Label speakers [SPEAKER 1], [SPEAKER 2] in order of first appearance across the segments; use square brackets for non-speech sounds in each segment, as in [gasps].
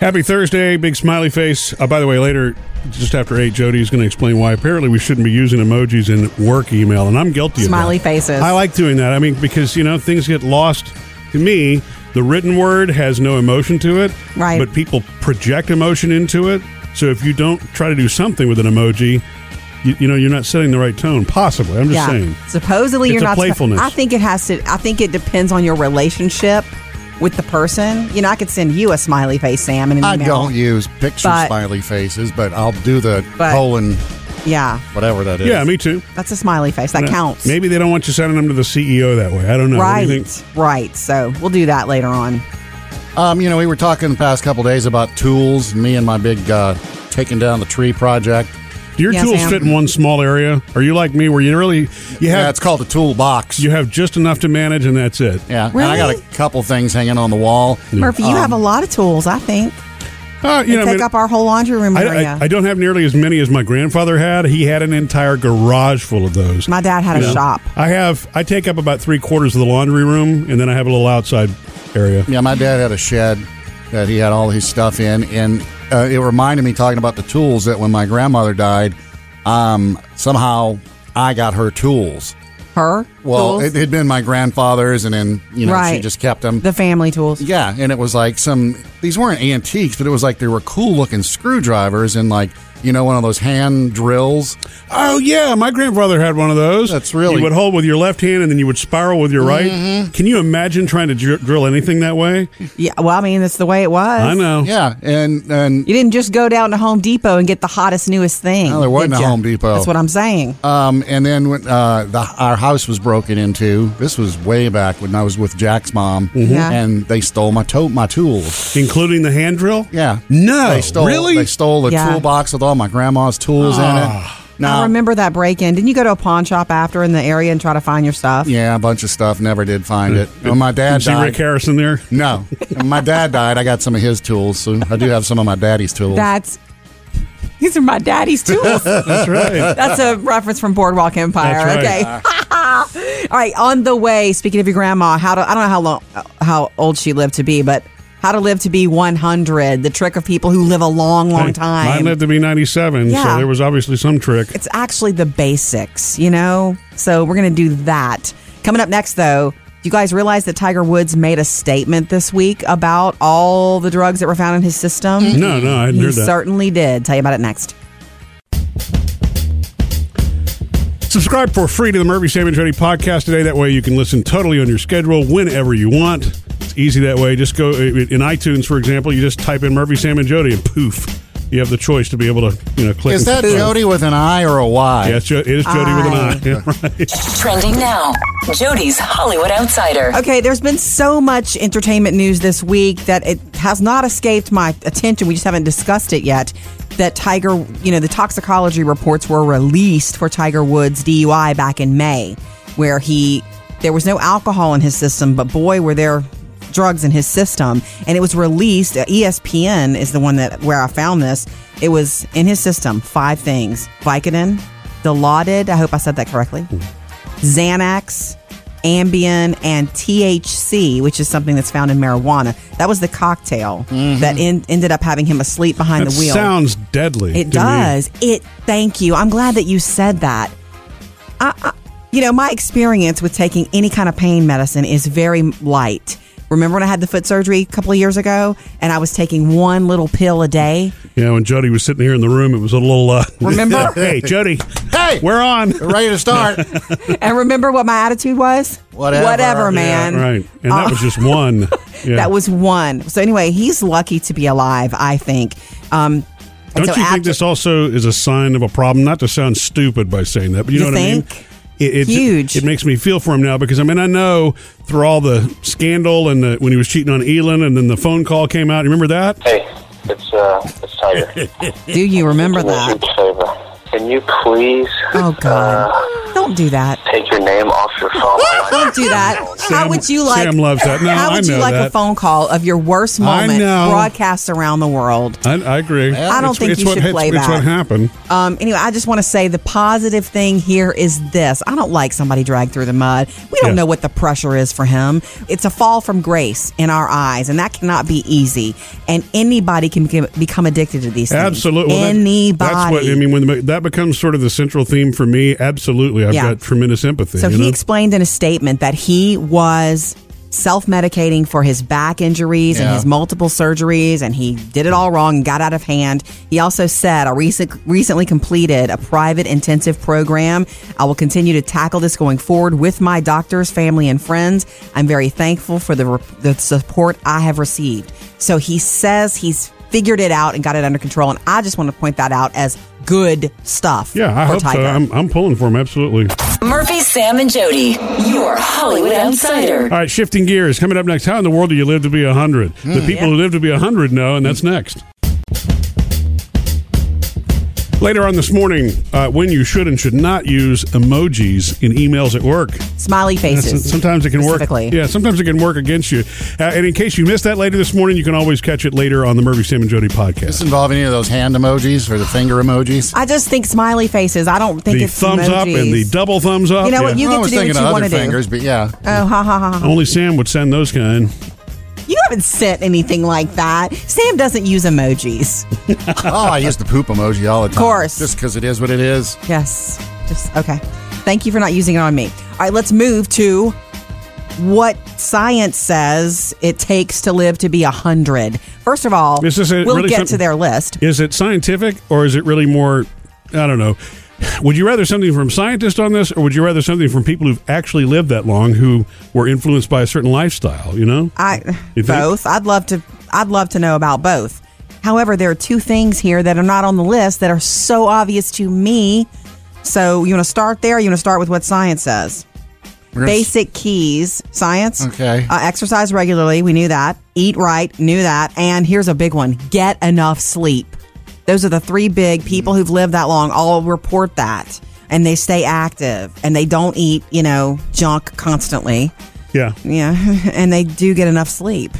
[SPEAKER 1] Happy Thursday, big smiley face. Uh, by the way, later, just after eight, Jody is going to explain why apparently we shouldn't be using emojis in work email, and I'm guilty of that.
[SPEAKER 2] Smiley faces.
[SPEAKER 1] I like doing that. I mean, because you know things get lost. To me, the written word has no emotion to it,
[SPEAKER 2] Right.
[SPEAKER 1] But people project emotion into it. So if you don't try to do something with an emoji, you, you know you're not setting the right tone. Possibly, I'm just saying.
[SPEAKER 2] Supposedly,
[SPEAKER 1] It's
[SPEAKER 2] you're
[SPEAKER 1] a
[SPEAKER 2] not. suppo-
[SPEAKER 1] playfulness.
[SPEAKER 2] I think it has to. I think it depends on your relationship with the person. You know, I could send you a smiley face, Sam, in an
[SPEAKER 3] I
[SPEAKER 2] email.
[SPEAKER 3] don't use picture
[SPEAKER 2] But-
[SPEAKER 3] smiley faces, but I'll do the
[SPEAKER 2] But-
[SPEAKER 3] colon,
[SPEAKER 2] Yeah,
[SPEAKER 3] whatever that is.
[SPEAKER 1] Yeah, me too.
[SPEAKER 2] that's a smiley face. That
[SPEAKER 1] No,
[SPEAKER 2] counts.
[SPEAKER 1] Maybe they don't want you sending them to the CEO that way. I don't know. What do you
[SPEAKER 2] Right.
[SPEAKER 1] think?
[SPEAKER 2] Right. So we'll do that later on.
[SPEAKER 3] Um, you know, we were talking the past couple days about tools, and me and my big uh, taking down the tree project.
[SPEAKER 1] Do your
[SPEAKER 2] Yes,
[SPEAKER 1] tools
[SPEAKER 2] ma'am.
[SPEAKER 1] fit in one small area? Are you like me, where you really you
[SPEAKER 3] Yeah,
[SPEAKER 1] have
[SPEAKER 3] it's called a toolbox.
[SPEAKER 1] you have just enough to manage, and that's it?
[SPEAKER 3] yeah, and I got
[SPEAKER 2] Really?
[SPEAKER 3] a couple things hanging on the wall.
[SPEAKER 2] Murphy, you
[SPEAKER 3] Um,
[SPEAKER 2] have a lot of tools. I think
[SPEAKER 1] Uh,
[SPEAKER 2] they
[SPEAKER 1] you know, I
[SPEAKER 2] take
[SPEAKER 1] mean,
[SPEAKER 2] up our whole laundry room
[SPEAKER 1] I, I-
[SPEAKER 2] area.
[SPEAKER 1] I don't have nearly as many as my grandfather had. He had an entire garage full of those.
[SPEAKER 2] My dad had a
[SPEAKER 1] You know?
[SPEAKER 2] shop.
[SPEAKER 1] I have. I take up about three quarters of the laundry room, and then I have a little outside area.
[SPEAKER 3] Yeah, my dad had a shed that he had all his stuff in, and uh, it reminded me talking about the tools that when my grandmother died, um, somehow I got her tools.
[SPEAKER 2] Her.
[SPEAKER 3] Well,
[SPEAKER 2] tools,
[SPEAKER 3] it had been my grandfather's, and then you know
[SPEAKER 2] Right.
[SPEAKER 3] she just kept them.
[SPEAKER 2] the family tools.
[SPEAKER 3] yeah, and it was like some these weren't antiques, but it was like they were cool looking screwdrivers and like you know one of those hand drills.
[SPEAKER 1] Oh yeah, my grandfather had one of those.
[SPEAKER 3] That's really- Mm-hmm.
[SPEAKER 1] You would hold with your left hand, and then you would spiral with your right. Can you imagine trying to dr- drill anything that way?
[SPEAKER 2] Yeah. Well, I mean, that's the way it was.
[SPEAKER 1] I know.
[SPEAKER 3] Yeah, and and
[SPEAKER 2] You didn't just go down to Home Depot and get the hottest, newest thing.
[SPEAKER 3] No, there wasn't
[SPEAKER 2] did
[SPEAKER 3] a
[SPEAKER 2] ya?
[SPEAKER 3] Home Depot.
[SPEAKER 2] That's what I'm saying.
[SPEAKER 3] um and then when uh, the, our house was broken into. This was way back when I was with Jack's mom,
[SPEAKER 2] Yeah.
[SPEAKER 3] and they stole my to- my tools.
[SPEAKER 1] Including the hand drill.
[SPEAKER 3] Yeah,
[SPEAKER 1] No,
[SPEAKER 3] they stole
[SPEAKER 1] really?
[SPEAKER 3] they stole the
[SPEAKER 2] Yeah.
[SPEAKER 3] toolbox with all my grandma's tools in it.
[SPEAKER 2] I
[SPEAKER 3] Now,
[SPEAKER 2] remember that break in. Didn't you go to a pawn shop after in the area and try to find your stuff?
[SPEAKER 3] yeah, a bunch of stuff. Never did find it. When my
[SPEAKER 1] You
[SPEAKER 3] dad
[SPEAKER 1] see Rick
[SPEAKER 3] died.
[SPEAKER 1] Harrison there.
[SPEAKER 3] No, When my dad died. I got some of his tools, so I do have some of my daddy's tools.
[SPEAKER 2] That's these are my
[SPEAKER 1] [laughs]
[SPEAKER 2] daddy's tools.
[SPEAKER 1] That's right.
[SPEAKER 2] That's a reference from Boardwalk Empire.
[SPEAKER 1] That's right.
[SPEAKER 2] Okay. [laughs] All right. On the way. Speaking of your grandma, how to? I don't know how long, how old she lived to be, but how to live to be 100. The trick of people who live a long, long
[SPEAKER 1] Hey,
[SPEAKER 2] time.
[SPEAKER 1] Mine lived to be 97, so
[SPEAKER 2] Yeah.
[SPEAKER 1] there was obviously some trick.
[SPEAKER 2] it's actually the basics, you know? So we're going to do that. Coming up next, though, do you guys realize that Tiger Woods made a statement this week about all the drugs that were found in his system?
[SPEAKER 1] No, no, I hadn't
[SPEAKER 2] He
[SPEAKER 1] heard that.
[SPEAKER 2] certainly did. Tell you about it next.
[SPEAKER 1] Subscribe for free to the Murphy Sam and Jody podcast today. That way you can listen totally on your schedule whenever you want. It's easy that way. Just go uh, in iTunes, for example. You just type in Murphy Sam and Jody, and poof, you have the choice to be able to you know click.
[SPEAKER 3] Is
[SPEAKER 1] and
[SPEAKER 3] that
[SPEAKER 1] subscribe.
[SPEAKER 3] Jody with an I or a Y?
[SPEAKER 1] Yeah, it's Jo- it is Jody [laughs] with an eye.
[SPEAKER 4] Trending now. Jody's Hollywood Outsider.
[SPEAKER 2] Okay, there's been so much entertainment news this week that it has not escaped my attention. We just haven't discussed it yet. That Tiger, you know, the toxicology reports were released for Tiger Woods DUI back in May, where he there was no alcohol in his system, but boy, were there drugs in his system, and it was released. uh, E ESPN is the one that where I found this. It was in his system five things: Vicodin, Dilaudid. I hope I said that correctly. Xanax, Ambien, and THC, which is something that's found in marijuana. That was the cocktail that en- ended up having him asleep behind
[SPEAKER 1] Mm-hmm. that
[SPEAKER 2] the wheel.
[SPEAKER 1] sounds deadly. to
[SPEAKER 2] it
[SPEAKER 1] me.
[SPEAKER 2] does. It. Thank you. I'm glad that you said that. I, I, you know, my experience with taking any kind of pain medicine is very light. Remember when I had the foot surgery a couple of years ago, and I was taking one little pill
[SPEAKER 1] [laughs]
[SPEAKER 2] a day.
[SPEAKER 1] Yeah, when Jody was sitting here in the room, it was a little. Uh,
[SPEAKER 2] Remember?
[SPEAKER 1] [laughs] hey, Jody,
[SPEAKER 3] Hey,
[SPEAKER 1] we're on.
[SPEAKER 3] ready to start.
[SPEAKER 2] and remember what my attitude was?
[SPEAKER 3] Whatever.
[SPEAKER 2] Whatever,
[SPEAKER 3] Yeah,
[SPEAKER 1] [laughs]
[SPEAKER 2] man.
[SPEAKER 1] Right, and that was just
[SPEAKER 2] [laughs]
[SPEAKER 1] one. Yeah.
[SPEAKER 2] Uh, That was one. So anyway, he's lucky to be alive, I think. Um,
[SPEAKER 1] Don't
[SPEAKER 2] and so
[SPEAKER 1] you
[SPEAKER 2] after-
[SPEAKER 1] think this also is a sign of a problem? Not to sound stupid by saying that, but you,
[SPEAKER 2] You
[SPEAKER 1] know what I mean.
[SPEAKER 2] think?
[SPEAKER 1] It, it,
[SPEAKER 2] Huge.
[SPEAKER 1] It makes me feel for him now because I mean I know through all the scandal and the, when he was cheating on Elon and then the phone call came out. You remember that?
[SPEAKER 5] Hey, it's uh, it's
[SPEAKER 2] [laughs]
[SPEAKER 5] Tiger.
[SPEAKER 2] Do you remember
[SPEAKER 5] Do me a
[SPEAKER 2] that?
[SPEAKER 5] huge favor. Can you please
[SPEAKER 2] Oh, God.
[SPEAKER 5] uh,
[SPEAKER 2] Don't do that.
[SPEAKER 5] Take your name off
[SPEAKER 2] [laughs]
[SPEAKER 5] your phone.
[SPEAKER 2] Don't do that. how would you
[SPEAKER 1] [laughs]
[SPEAKER 2] like?
[SPEAKER 1] Sam loves that. No,
[SPEAKER 2] how
[SPEAKER 1] I
[SPEAKER 2] would you
[SPEAKER 1] know
[SPEAKER 2] like a
[SPEAKER 1] that.
[SPEAKER 2] phone call of your worst
[SPEAKER 1] I
[SPEAKER 2] moment
[SPEAKER 1] know.
[SPEAKER 2] broadcast around the world?
[SPEAKER 1] I, I agree.
[SPEAKER 2] I don't
[SPEAKER 1] It's-
[SPEAKER 2] think
[SPEAKER 1] it's
[SPEAKER 2] you
[SPEAKER 1] what,
[SPEAKER 2] should
[SPEAKER 1] it's,
[SPEAKER 2] play
[SPEAKER 1] it's
[SPEAKER 2] that.
[SPEAKER 1] what happened.
[SPEAKER 2] Um, anyway, I just want to say the positive thing here is this: I don't like somebody dragged through the mud. We don't
[SPEAKER 1] Yeah.
[SPEAKER 2] know what the pressure is for him. It's a fall from grace in our eyes, and that cannot be easy. And anybody can become- become addicted to these things.
[SPEAKER 1] Absolutely. Well, that-
[SPEAKER 2] anybody.
[SPEAKER 1] That's what I mean. When the, that becomes sort of the central theme for me, absolutely, I've
[SPEAKER 2] Yeah.
[SPEAKER 1] got tremendous empathy.
[SPEAKER 2] So
[SPEAKER 1] you
[SPEAKER 2] he
[SPEAKER 1] know?
[SPEAKER 2] explained in a statement that he was self medicating for his back injuries and
[SPEAKER 3] Yeah.
[SPEAKER 2] his multiple surgeries, and he did it all wrong and got out of hand. He also said, I recent, recently completed a private intensive program. I will continue to tackle this going forward with my doctors, family, and friends. I'm very thankful for the, re- the support I have received. So he says he's figured it out and got it under control. And I just want to point that out as good stuff.
[SPEAKER 1] yeah, I
[SPEAKER 2] for
[SPEAKER 1] hope so.
[SPEAKER 2] Tiger.
[SPEAKER 1] I'm, I'm pulling for him, absolutely.
[SPEAKER 4] Murphy, Sam, and Jody, your Hollywood outsider.
[SPEAKER 1] All right, shifting gears. Coming up next, how in the world do you live to be 100?
[SPEAKER 2] Hmm.
[SPEAKER 1] The people who live to be 100 know, and that's next. Later on this morning, uh, when you should and should not use emojis in emails at work.
[SPEAKER 2] Smiley faces.
[SPEAKER 1] Yes, sometimes it can work.
[SPEAKER 2] specifically.
[SPEAKER 1] Yeah, sometimes it can work against you. Uh, and in case you missed that later this morning, you can always catch it later on the Murphy Sam and Jody podcast.
[SPEAKER 3] Does this involve any of those hand emojis or the finger emojis?
[SPEAKER 2] I just think smiley faces. I don't think
[SPEAKER 1] The
[SPEAKER 2] it's
[SPEAKER 1] thumbs up
[SPEAKER 2] emojis.
[SPEAKER 1] and the double thumbs up.
[SPEAKER 2] You know what, you-
[SPEAKER 3] I
[SPEAKER 2] get
[SPEAKER 3] was
[SPEAKER 2] to do
[SPEAKER 3] thinking
[SPEAKER 2] what you
[SPEAKER 3] of
[SPEAKER 2] wanna
[SPEAKER 3] other
[SPEAKER 2] do.
[SPEAKER 3] fingers, but yeah.
[SPEAKER 2] Oh, ha ha ha!
[SPEAKER 1] Only Sam would send those kind.
[SPEAKER 2] You haven't sent anything like that. Sam doesn't use emojis.
[SPEAKER 3] oh, I use the poop emoji all the time. Of
[SPEAKER 2] course.
[SPEAKER 3] Just because it is what it is.
[SPEAKER 2] Yes. Just okay. Thank you for not using it on me. All right, let's move to what science says it takes to live to be a hundred. First of all,
[SPEAKER 1] This is a-
[SPEAKER 2] we'll
[SPEAKER 1] really
[SPEAKER 2] get to
[SPEAKER 1] something-
[SPEAKER 2] their list.
[SPEAKER 1] Is it scientific or is it really more? I don't know. Would you rather something from scientists on this, or would you rather something from people who've actually lived that long, who were influenced by a certain lifestyle? You know,
[SPEAKER 2] I
[SPEAKER 1] You think?
[SPEAKER 2] both. I'd love to. I'd love to know about both. However, there are two things here that are not on the list that are so obvious to me. So you want to start there? Or you want to start with what science says?
[SPEAKER 3] We're gonna s-
[SPEAKER 2] Basic keys, science.
[SPEAKER 3] Okay.
[SPEAKER 2] Uh, exercise regularly. We knew that. Eat right. Knew that. And here's a big one: get enough sleep. Those are the three big people who've lived that long. All report that, and they stay active, and they don't eat, you know, junk constantly.
[SPEAKER 1] yeah.
[SPEAKER 2] Yeah, [laughs] and they do get enough sleep.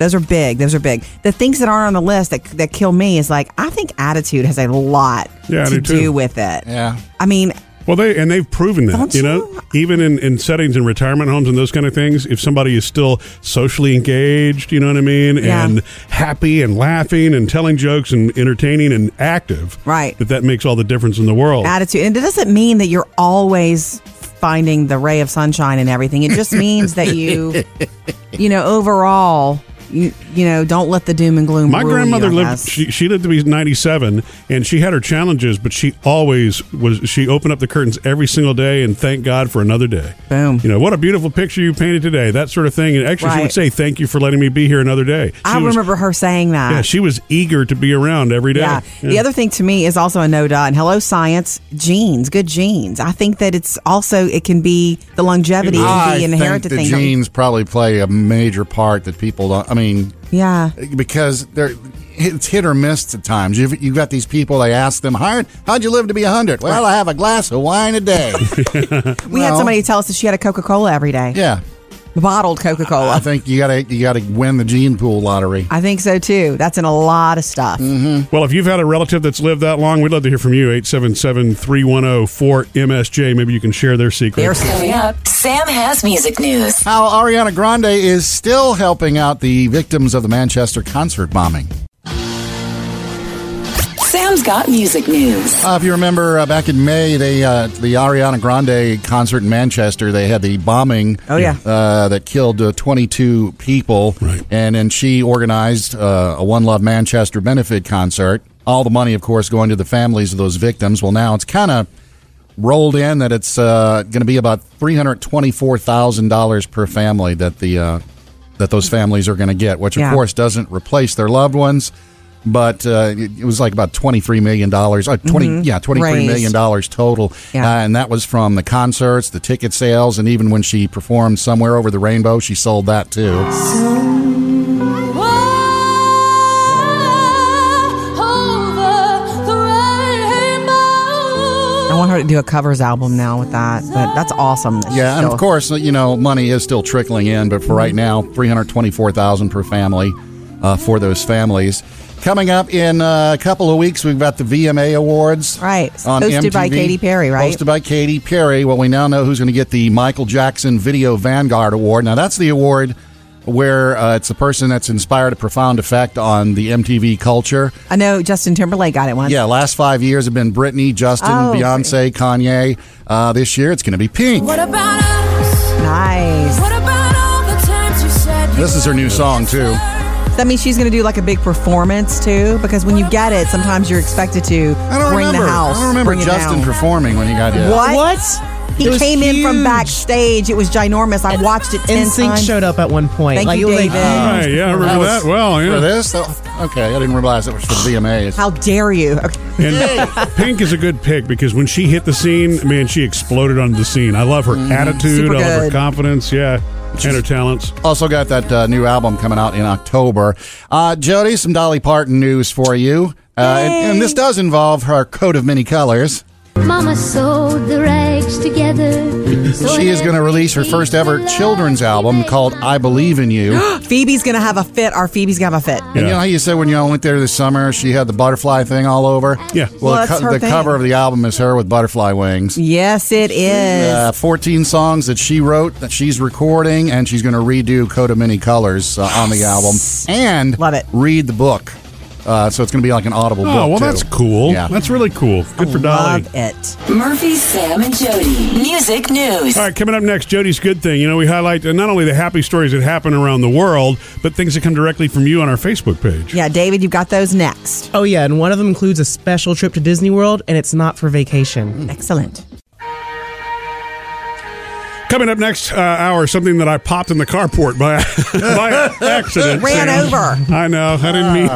[SPEAKER 2] Those are big. Those are big. The things that aren't on the list that that kill me is like I think attitude has a lot
[SPEAKER 1] Yeah, I do
[SPEAKER 2] to
[SPEAKER 1] too.
[SPEAKER 2] do with it.
[SPEAKER 3] Yeah.
[SPEAKER 2] I mean,
[SPEAKER 1] Well, they and they've proven that.
[SPEAKER 2] Don't
[SPEAKER 1] You know,
[SPEAKER 2] you-
[SPEAKER 1] even in, in settings in retirement homes and those kind of things, if somebody is still socially engaged, you know what I mean,
[SPEAKER 2] Yeah.
[SPEAKER 1] and happy and laughing and telling jokes and entertaining and active,
[SPEAKER 2] Right.
[SPEAKER 1] That that makes all the difference in the world.
[SPEAKER 2] attitude, and it doesn't mean that you're always finding the ray of sunshine and everything. It just means that you, you know, overall, you, you know, don't let the doom and gloom.
[SPEAKER 1] My
[SPEAKER 2] rule you,
[SPEAKER 1] grandmother
[SPEAKER 2] I
[SPEAKER 1] lived.
[SPEAKER 2] guess.
[SPEAKER 1] She, she lived to be ninety seven, and she had her challenges, but she always was. She opened up the curtains every single day and thank God for another day.
[SPEAKER 2] Boom.
[SPEAKER 1] You know what a beautiful picture you painted today. That sort of thing. And actually, she would
[SPEAKER 2] Right.
[SPEAKER 1] say, "Thank you for letting me be here another day." She
[SPEAKER 2] I
[SPEAKER 1] was-
[SPEAKER 2] remember her saying that.
[SPEAKER 1] Yeah, she was eager to be around every day.
[SPEAKER 2] Yeah. The
[SPEAKER 1] Yeah.
[SPEAKER 2] other thing to me is also a no dot. And hello, science, genes, good genes. I think that it's also, it can be the longevity, it can
[SPEAKER 3] I
[SPEAKER 2] be an
[SPEAKER 3] think
[SPEAKER 2] inherited
[SPEAKER 3] the
[SPEAKER 2] thing.
[SPEAKER 3] genes probably play a major part that people don't. I mean,
[SPEAKER 2] Yeah.
[SPEAKER 3] because they're it's hit or miss at times. You've, you've got these people. They ask them, "How'd how'd you live to be hundred? Well, I have a glass of wine
[SPEAKER 2] [laughs]
[SPEAKER 3] a day.
[SPEAKER 2] We had
[SPEAKER 3] Well-
[SPEAKER 2] somebody tell us that she had a Coca Cola every day,
[SPEAKER 3] yeah,
[SPEAKER 2] bottled Coca Cola.
[SPEAKER 3] I think you gotta you gotta win the gene pool lottery.
[SPEAKER 2] I think so too. That's in a lot of stuff.
[SPEAKER 3] Mm-hmm.
[SPEAKER 1] Well, if you've had a relative that's lived that long, we'd love to hear from you. 877 310 4MSJ. Maybe you can share their secret.
[SPEAKER 2] There's-
[SPEAKER 4] Coming up, Sam has music news.
[SPEAKER 3] How Ariana Grande is still helping out the victims of the Manchester concert bombing.
[SPEAKER 4] Sam's got music news.
[SPEAKER 3] Uh, if you remember uh, back in May, they uh, the Ariana Grande concert in Manchester, they had the bombing.
[SPEAKER 2] Oh, yeah.
[SPEAKER 3] uh, that killed uh, 22 people.
[SPEAKER 1] Right.
[SPEAKER 3] and then she organized uh, a One Love Manchester benefit concert. All the money, of course, going to the families of those victims. Well, now it's kind of rolled in that it's uh, going to be about three hundred twenty-four thousand dollars per family that the uh, that those families are going to get, which of
[SPEAKER 2] Yeah.
[SPEAKER 3] course doesn't replace their loved ones. But uh, it it was like about twenty-three million dollars. Uh, 20 yeah, twenty-three
[SPEAKER 2] Mm-hmm. Raised.
[SPEAKER 3] million dollars total,
[SPEAKER 2] Yeah.
[SPEAKER 3] uh, and that was from the concerts, the ticket sales, and even when she performed somewhere over the rainbow, she sold that too.
[SPEAKER 2] I I want her to do a covers album now with that, but that's awesome. that she's
[SPEAKER 3] Yeah, and
[SPEAKER 2] still-
[SPEAKER 3] of course, you know, money is still trickling in, but for right
[SPEAKER 2] Mm-hmm.
[SPEAKER 3] now, three hundred twenty-four thousand per family uh, for those families. Coming up in uh, a couple of weeks, we've got the VMA Awards,
[SPEAKER 2] Right,
[SPEAKER 3] On
[SPEAKER 2] hosted by
[SPEAKER 3] MTV,
[SPEAKER 2] Katy Perry, right?
[SPEAKER 3] Hosted by Katy Perry. Well, we now know who's going to get the Michael Jackson Video Vanguard Award. Now, that's the award where uh, it's the person that's inspired a profound effect on the MTV culture.
[SPEAKER 2] I know Justin Timberlake got it once.
[SPEAKER 3] Yeah, last five years have been Britney, Justin,
[SPEAKER 2] Oh,
[SPEAKER 3] Beyonce, Kanye. Uh, this year, it's going to be Pink.
[SPEAKER 6] What about us?
[SPEAKER 2] Nice.
[SPEAKER 6] What about all the times you said you
[SPEAKER 3] This is her new song, too.
[SPEAKER 2] That means she's going to do like a big performance too, because when you get it, sometimes you're expected to
[SPEAKER 3] I don't
[SPEAKER 2] bring
[SPEAKER 3] remember.
[SPEAKER 2] the house.
[SPEAKER 3] I don't remember
[SPEAKER 2] bring it
[SPEAKER 3] Justin
[SPEAKER 2] down.
[SPEAKER 3] performing when he got hit.
[SPEAKER 2] What?
[SPEAKER 7] It
[SPEAKER 2] He
[SPEAKER 7] was
[SPEAKER 2] came in from
[SPEAKER 7] huge.
[SPEAKER 2] backstage. It was ginormous. I watched it ten
[SPEAKER 7] NSYNC
[SPEAKER 2] times.
[SPEAKER 7] showed up at one point.
[SPEAKER 2] Thank
[SPEAKER 7] like,
[SPEAKER 2] you,
[SPEAKER 7] it was
[SPEAKER 2] David.
[SPEAKER 7] Like,
[SPEAKER 1] All right, yeah, I remember
[SPEAKER 3] was
[SPEAKER 1] that. Well,
[SPEAKER 3] For
[SPEAKER 1] yeah.
[SPEAKER 3] this? Oh, okay, I didn't realize it was for the VMAs.
[SPEAKER 2] How dare you? Okay.
[SPEAKER 1] And Pink is a good pick because when she hit the scene, man, she exploded onto the scene. I love her
[SPEAKER 2] Mm-hmm.
[SPEAKER 1] attitude.
[SPEAKER 2] Super
[SPEAKER 1] I love her
[SPEAKER 2] good.
[SPEAKER 1] confidence. Yeah, and her talents.
[SPEAKER 3] Also got that uh, new album coming out in October. Uh, Jody, some Dolly Parton news for you. Uh, and, and this does involve her coat of many colors.
[SPEAKER 8] Mama sewed the rags
[SPEAKER 6] [laughs]
[SPEAKER 8] together.
[SPEAKER 3] She is going to release her first ever children's album called I Believe
[SPEAKER 2] [gasps]
[SPEAKER 3] in You. And
[SPEAKER 2] Phoebe's gonna have a fit. Our Phoebe's gonna have a fit.
[SPEAKER 1] Yeah.
[SPEAKER 3] you know how you said when y'all went there this summer, she had the butterfly thing all over?
[SPEAKER 1] Yeah.
[SPEAKER 2] Well,
[SPEAKER 3] Well, the,
[SPEAKER 2] that's her
[SPEAKER 3] the
[SPEAKER 2] thing.
[SPEAKER 3] cover of the album is her with butterfly wings.
[SPEAKER 2] Yes, it is.
[SPEAKER 3] uh, 14 songs that she wrote that she's recording, and she's going to redo Code of Many Colors uh, on the album and
[SPEAKER 2] Love it.
[SPEAKER 3] read the book. Uh, so it's going to be like an audible book.
[SPEAKER 1] Oh, well,
[SPEAKER 3] too.
[SPEAKER 1] that's cool.
[SPEAKER 3] Yeah.
[SPEAKER 1] That's really cool. Good for Dolly.
[SPEAKER 2] Love it.
[SPEAKER 4] Murphy, Sam, and Jody. Music news.
[SPEAKER 1] All right, coming up next, Jody's good thing. You know, we highlight uh, not only the happy stories that happen around the world, but things that come directly from you on our Facebook page.
[SPEAKER 2] Yeah, David, you've got those next.
[SPEAKER 7] [gasps] oh, yeah. And one of them includes a special trip to Disney World, and it's not for
[SPEAKER 2] Mm.
[SPEAKER 7] vacation.
[SPEAKER 2] Excellent.
[SPEAKER 1] Coming up next uh, hour, something that I popped in the carport
[SPEAKER 2] [laughs]
[SPEAKER 1] by, by accident.
[SPEAKER 2] Ran
[SPEAKER 1] Sam.
[SPEAKER 2] over.
[SPEAKER 1] I know. I didn't mean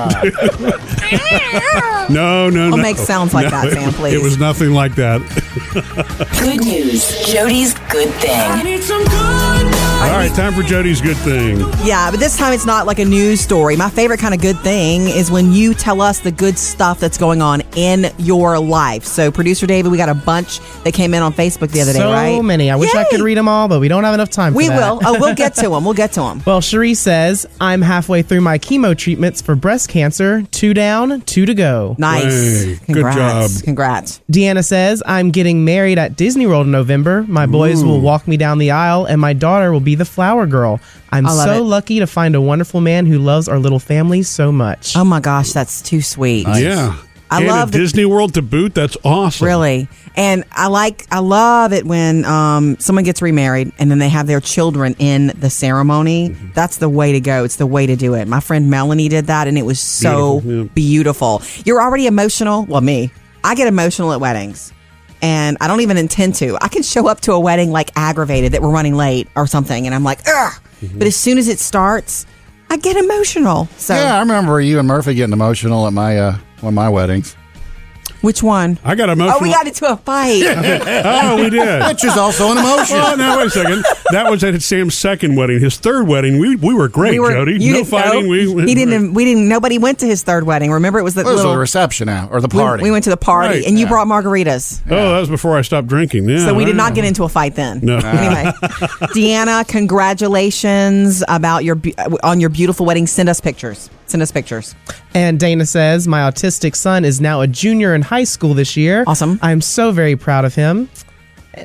[SPEAKER 1] to. No, no, no.
[SPEAKER 2] Don't make sounds like that, Sam, please.
[SPEAKER 1] It was nothing like that.
[SPEAKER 4] Good news. Jody's good thing.
[SPEAKER 6] need some good
[SPEAKER 1] All right, time for Jody's good thing.
[SPEAKER 2] Yeah, but this time it's not like a news story. My favorite kind of good thing is when you tell us the good stuff that's going on in your life. So, producer David, we got a bunch that came in on Facebook the other day,
[SPEAKER 7] so
[SPEAKER 2] right?
[SPEAKER 7] many. I wish I
[SPEAKER 2] Yay!
[SPEAKER 7] could read them all, but we don't have enough time for
[SPEAKER 2] We
[SPEAKER 7] that.
[SPEAKER 2] will. Oh, we'll get to them. We'll get to them.
[SPEAKER 7] Well, Cherie says, I'm halfway through my chemo treatments for breast cancer. Two down, two to go.
[SPEAKER 2] Nice.
[SPEAKER 1] Hey, good
[SPEAKER 2] Congrats.
[SPEAKER 1] job.
[SPEAKER 2] Congrats.
[SPEAKER 7] Deanna says, I'm getting married at Disney World in November. My boys will walk me down the aisle, and my daughter will be the flower girl. I'm
[SPEAKER 2] I love
[SPEAKER 7] so
[SPEAKER 2] it.
[SPEAKER 7] lucky to find a wonderful man who loves our little family so much.
[SPEAKER 2] Oh my gosh, that's too sweet.
[SPEAKER 1] Yeah.
[SPEAKER 2] I
[SPEAKER 1] and
[SPEAKER 2] love
[SPEAKER 1] a
[SPEAKER 2] the-
[SPEAKER 1] Disney World to boot. That's awesome.
[SPEAKER 2] Really. And I like I love it when um, someone gets remarried and then they have their children in the ceremony.
[SPEAKER 1] Mm-hmm.
[SPEAKER 2] That's the way to go. It's the way to do it. My friend Melanie did that and it was so
[SPEAKER 1] Beautiful,
[SPEAKER 2] beautiful.
[SPEAKER 1] yeah.
[SPEAKER 2] You're already emotional. Well, me. I get emotional at weddings. And I don't even intend to. I can show up to a wedding like aggravated that we're running late or something and I'm like, "Ugh."
[SPEAKER 1] Mm-hmm.
[SPEAKER 2] But as soon as it starts, I get emotional. So,
[SPEAKER 3] yeah, I remember you and Murphy getting emotional at my uh, one of my weddings,
[SPEAKER 2] which one?
[SPEAKER 1] I got emotional.
[SPEAKER 2] Oh, we got into a
[SPEAKER 1] [laughs]
[SPEAKER 2] fight.
[SPEAKER 1] Oh, we
[SPEAKER 2] [laughs]
[SPEAKER 1] did.
[SPEAKER 3] which is also an
[SPEAKER 1] Well,
[SPEAKER 3] [laughs] emotion.
[SPEAKER 1] now wait a second. That was at Sam's second wedding. His third wedding, we we were great,
[SPEAKER 2] we were,
[SPEAKER 1] Jody.
[SPEAKER 2] You
[SPEAKER 1] no
[SPEAKER 2] didn't
[SPEAKER 1] fighting.
[SPEAKER 2] Know.
[SPEAKER 1] We,
[SPEAKER 2] he didn't. We didn't. Nobody went to his third wedding. Remember, it was the
[SPEAKER 3] It was
[SPEAKER 2] little.
[SPEAKER 3] the reception now or the
[SPEAKER 2] we-
[SPEAKER 3] party.
[SPEAKER 2] We, went to the party,
[SPEAKER 1] Right.
[SPEAKER 2] and you
[SPEAKER 3] Yeah.
[SPEAKER 2] brought margaritas.
[SPEAKER 1] Oh, that was before I stopped drinking. Yeah,
[SPEAKER 2] So we did not
[SPEAKER 1] wow.
[SPEAKER 2] get into a fight then.
[SPEAKER 1] No.
[SPEAKER 2] Anyway, [laughs] Deanna, congratulations about your be- on your beautiful wedding. Send us pictures. Send us pictures.
[SPEAKER 7] And Dana says, My autistic son is now a junior in high school this year.
[SPEAKER 2] Awesome.
[SPEAKER 7] I'm so very proud of him.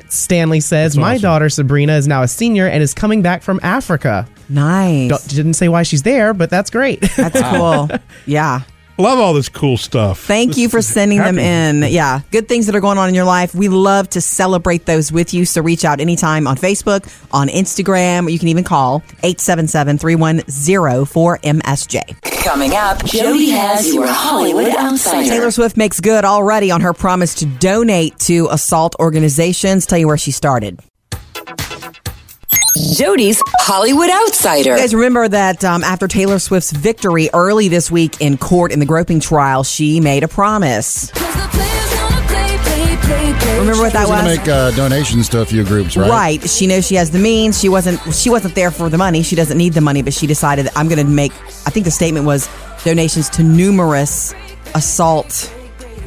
[SPEAKER 7] Stanley says, My daughter Sabrina is now a senior and is coming back from Africa.
[SPEAKER 2] Nice.
[SPEAKER 7] Don't- didn't say why she's there, but that's great. [laughs]
[SPEAKER 3] [laughs]
[SPEAKER 2] That's
[SPEAKER 1] [laughs]
[SPEAKER 2] cool. Yeah.
[SPEAKER 1] Love all this cool stuff.
[SPEAKER 2] Thank
[SPEAKER 1] This
[SPEAKER 2] you for
[SPEAKER 1] is
[SPEAKER 2] sending them
[SPEAKER 1] happy.
[SPEAKER 2] in. Yeah. Good things that are going on in your life. We love to celebrate those with you. So reach out anytime on Facebook, on Instagram, or you can even call 877 310 4MSJ.
[SPEAKER 4] Coming up, Jody has your Hollywood
[SPEAKER 2] Taylor
[SPEAKER 4] outsider.
[SPEAKER 2] Swift makes good already on her promise to donate to assault organizations. Tell you where she started.
[SPEAKER 4] Jody's Hollywood outsider.
[SPEAKER 2] You guys remember that um, after Taylor Swift's victory early this week in court in the groping trial, she made a promise.
[SPEAKER 6] Cause the players gonna play, play, play, play.
[SPEAKER 2] Remember what that
[SPEAKER 3] She's
[SPEAKER 2] was?
[SPEAKER 3] going to make uh, donations to a few groups, right?
[SPEAKER 2] Right. She knows she has the means. She wasn't she wasn't there for the money. She doesn't need the money, but she decided that I'm going to make I think the statement was donations to numerous assault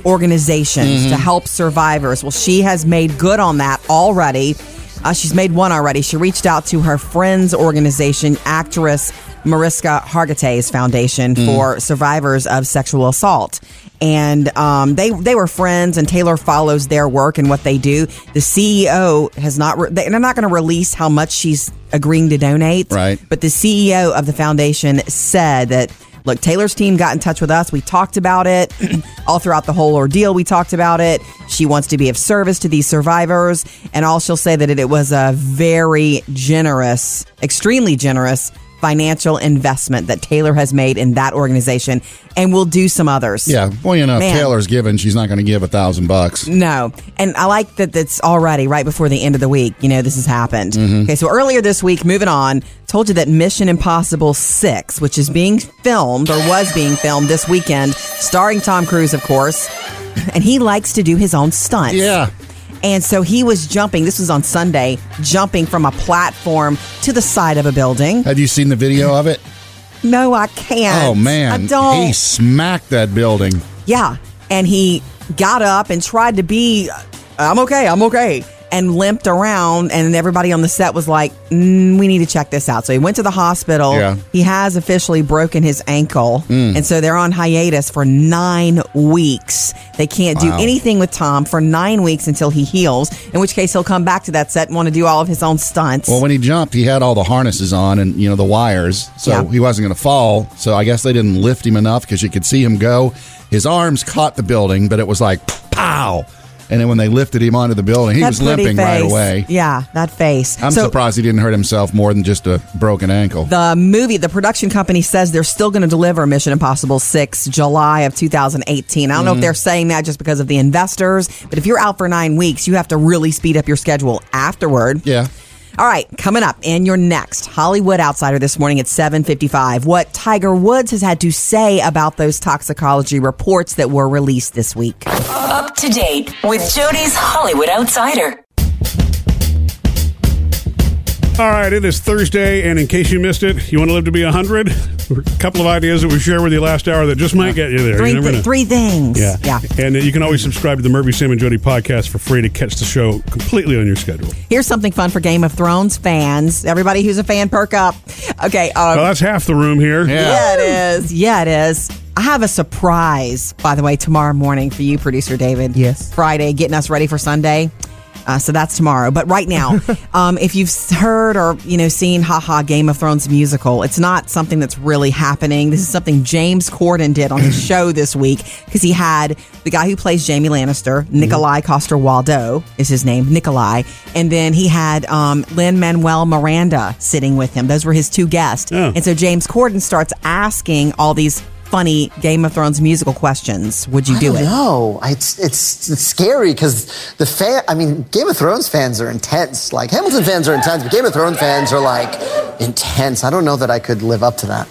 [SPEAKER 2] organizations to help survivors. Well, she has made good on that already. Uh, she's made one already. She reached out to her friends organization, actress Mariska Hargitay's Foundation for Survivors of Sexual Assault. And um, they they were friends, and Taylor follows their work and what they do. The CEO has not, re- they- they're not going to release how much she's agreeing to donate.
[SPEAKER 3] Right.
[SPEAKER 2] But the CEO of the foundation said that, look, Taylor's team got in touch with us. We talked about it [clears throat] all throughout the whole ordeal. We talked about it. She wants to be of service to these survivors. And all she'll say that it, it was a very generous, extremely generous financial investment that Taylor has made in that organization and will do some others.
[SPEAKER 3] Yeah, boy enough.
[SPEAKER 2] Man.
[SPEAKER 3] Taylor's given. She's not going to give a thousand bucks.
[SPEAKER 2] No. And I like that that's already right before the end of the week. You know, this has happened.
[SPEAKER 3] Mm-hmm.
[SPEAKER 2] Okay, so earlier this week, moving on, told you that Mission Impossible 6, which is being filmed or was being filmed this weekend, starring Tom Cruise, of course, and he likes to do his own stunts.
[SPEAKER 3] Yeah.
[SPEAKER 2] And so he was jumping, this was on Sunday, jumping from a platform to the side of a building.
[SPEAKER 3] Have you seen the video of it?
[SPEAKER 2] No, I can't.
[SPEAKER 3] Oh man,
[SPEAKER 2] I don't.
[SPEAKER 3] he smacked that building.
[SPEAKER 2] Yeah. And he got up and tried to be, uh, I'm okay, I'm okay, and limped around. And everybody on the set was like, mm, we need to check this out. So he went to the hospital.
[SPEAKER 3] Yeah. Mm.
[SPEAKER 2] He has officially broken his ankle. And so they're on hiatus for nine weeks. They can't do anything with Tom for nine weeks until he heals, in which case he'll come back to that set and want to do all of his own stunts.
[SPEAKER 3] Well, when he jumped, he had all the harnesses on and you know the wires, so
[SPEAKER 2] Yeah.
[SPEAKER 3] he wasn't going to fall. So I guess they didn't lift him enough because you could see him go. His arms caught the building, but it was like pow. And then when they lifted him onto the building, he
[SPEAKER 2] That
[SPEAKER 3] was
[SPEAKER 2] pretty
[SPEAKER 3] limping right
[SPEAKER 2] face.
[SPEAKER 3] away.
[SPEAKER 2] Yeah, that face.
[SPEAKER 3] I'm
[SPEAKER 2] So-
[SPEAKER 3] surprised he didn't hurt himself more than just a broken ankle.
[SPEAKER 2] the movie, the production company says they're still going to deliver Mission Impossible 6 July of 2018. I don't know if they're saying that just because of the investors, but if you're out for nine weeks, you have to really speed up your schedule afterward.
[SPEAKER 3] yeah.
[SPEAKER 2] All right, coming up in your next Hollywood Outsider this morning at 7:55, what Tiger Woods has had to say about those toxicology reports that were released this week.
[SPEAKER 4] Up to date with Jody's Hollywood Outsider.
[SPEAKER 1] All right, it is Thursday, and in case you missed it, you want to live to be 100? A couple of ideas that we shared with you last hour that just might get you there.
[SPEAKER 2] Three,
[SPEAKER 1] you never know.
[SPEAKER 2] three things.
[SPEAKER 1] Yeah.
[SPEAKER 2] Yeah.
[SPEAKER 1] And uh, you can always subscribe to the Murphy, Sam, and Jody podcast for free to catch the show completely on your schedule.
[SPEAKER 2] Here's something fun for Game of Thrones fans. Everybody who's a fan, perk up. Okay. Um,
[SPEAKER 1] Well, that's half the room here.
[SPEAKER 2] Yeah, it is. Yeah, it is. I have a surprise, by the way, tomorrow morning for you, producer David.
[SPEAKER 7] Yes.
[SPEAKER 2] Friday, getting us ready for Sunday. Uh, so that's tomorrow. But right now, um, if you've heard or you know seen "Ha Ha" Game of Thrones musical, it's not something that's really happening. This is something James Corden did on his [coughs] show this week because he had the guy who plays Jamie Lannister, Nikolai Coster Waldo is his name, Nikolai, and then he had um, Lin Manuel Miranda sitting with him. Those were his two guests,
[SPEAKER 1] Yeah.
[SPEAKER 2] and so James Corden starts asking all these funny Game of Thrones musical questions. Would you do it?
[SPEAKER 9] No, it's it's, it's scary because the fan. I mean, Game of Thrones fans are intense. Like Hamilton fans are intense, but Game of Thrones fans are like intense. I don't know that I could live up to that.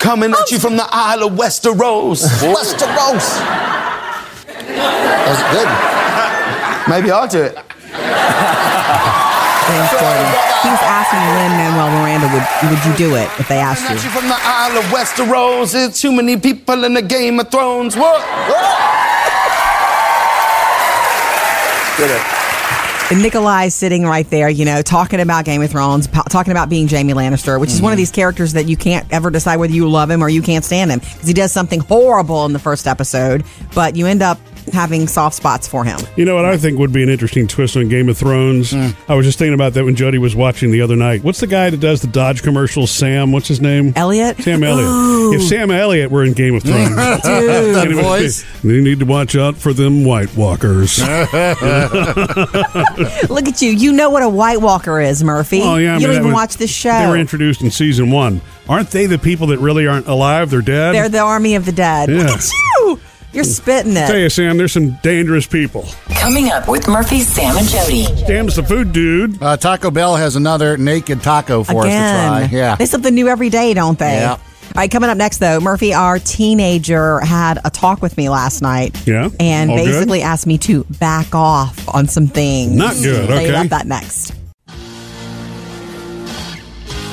[SPEAKER 10] Coming at you from the Isle of Westeros.
[SPEAKER 9] [laughs] Westeros. That
[SPEAKER 10] Maybe I'll do it.
[SPEAKER 2] James Corden. He was asking Lin Manuel Miranda, "Would would you do it if they asked
[SPEAKER 10] Coming at you
[SPEAKER 2] you?"
[SPEAKER 10] from the Isle of Westeros. It's too many people in the Game of Thrones world. Did it.
[SPEAKER 2] And Nikolai sitting right there, you know, talking about Game of Thrones, po- talking about being Jamie Lannister, which is
[SPEAKER 1] Mm-hmm.
[SPEAKER 2] one of these characters that you can't ever decide whether you love him or you can't stand him because he does something horrible in the first episode, but you end up having soft spots for him.
[SPEAKER 1] You know what I think would be an interesting twist on Game of Thrones? I was just thinking about that when Jody was watching the other night. What's the guy that does the Dodge commercials? Sam, what's his name?
[SPEAKER 2] Elliot?
[SPEAKER 1] Sam Elliott. If Sam Elliott were in Game of Thrones,
[SPEAKER 3] That
[SPEAKER 1] it would
[SPEAKER 3] voice.
[SPEAKER 1] be, you need to watch out for them White Walkers.
[SPEAKER 2] Look at you. You know what a White Walker is, Murphy.
[SPEAKER 1] Oh yeah, I mean,
[SPEAKER 2] you don't
[SPEAKER 1] that
[SPEAKER 2] even
[SPEAKER 1] was-
[SPEAKER 2] watch the show.
[SPEAKER 1] They were introduced in season one. Aren't they the people that really aren't alive? They're dead.
[SPEAKER 2] They're the army of the dead.
[SPEAKER 1] Yeah.
[SPEAKER 2] Look at you. You're spitting
[SPEAKER 1] Tell
[SPEAKER 2] it.
[SPEAKER 1] you, Sam, there's some dangerous people.
[SPEAKER 4] Coming up with Murphy, Sam, and Jody.
[SPEAKER 1] Sam's the food dude.
[SPEAKER 3] Uh, taco Bell has another naked taco for us to
[SPEAKER 2] Again.
[SPEAKER 3] try. Yeah.
[SPEAKER 2] They something new every day, don't they?
[SPEAKER 3] Yeah.
[SPEAKER 2] All right, coming up next, though, Murphy, our teenager, had a talk with me last night.
[SPEAKER 1] Yeah?
[SPEAKER 2] And
[SPEAKER 1] All good?
[SPEAKER 2] basically asked me to back off on some things.
[SPEAKER 1] Not good,
[SPEAKER 2] Tell you
[SPEAKER 1] okay.
[SPEAKER 2] about that next.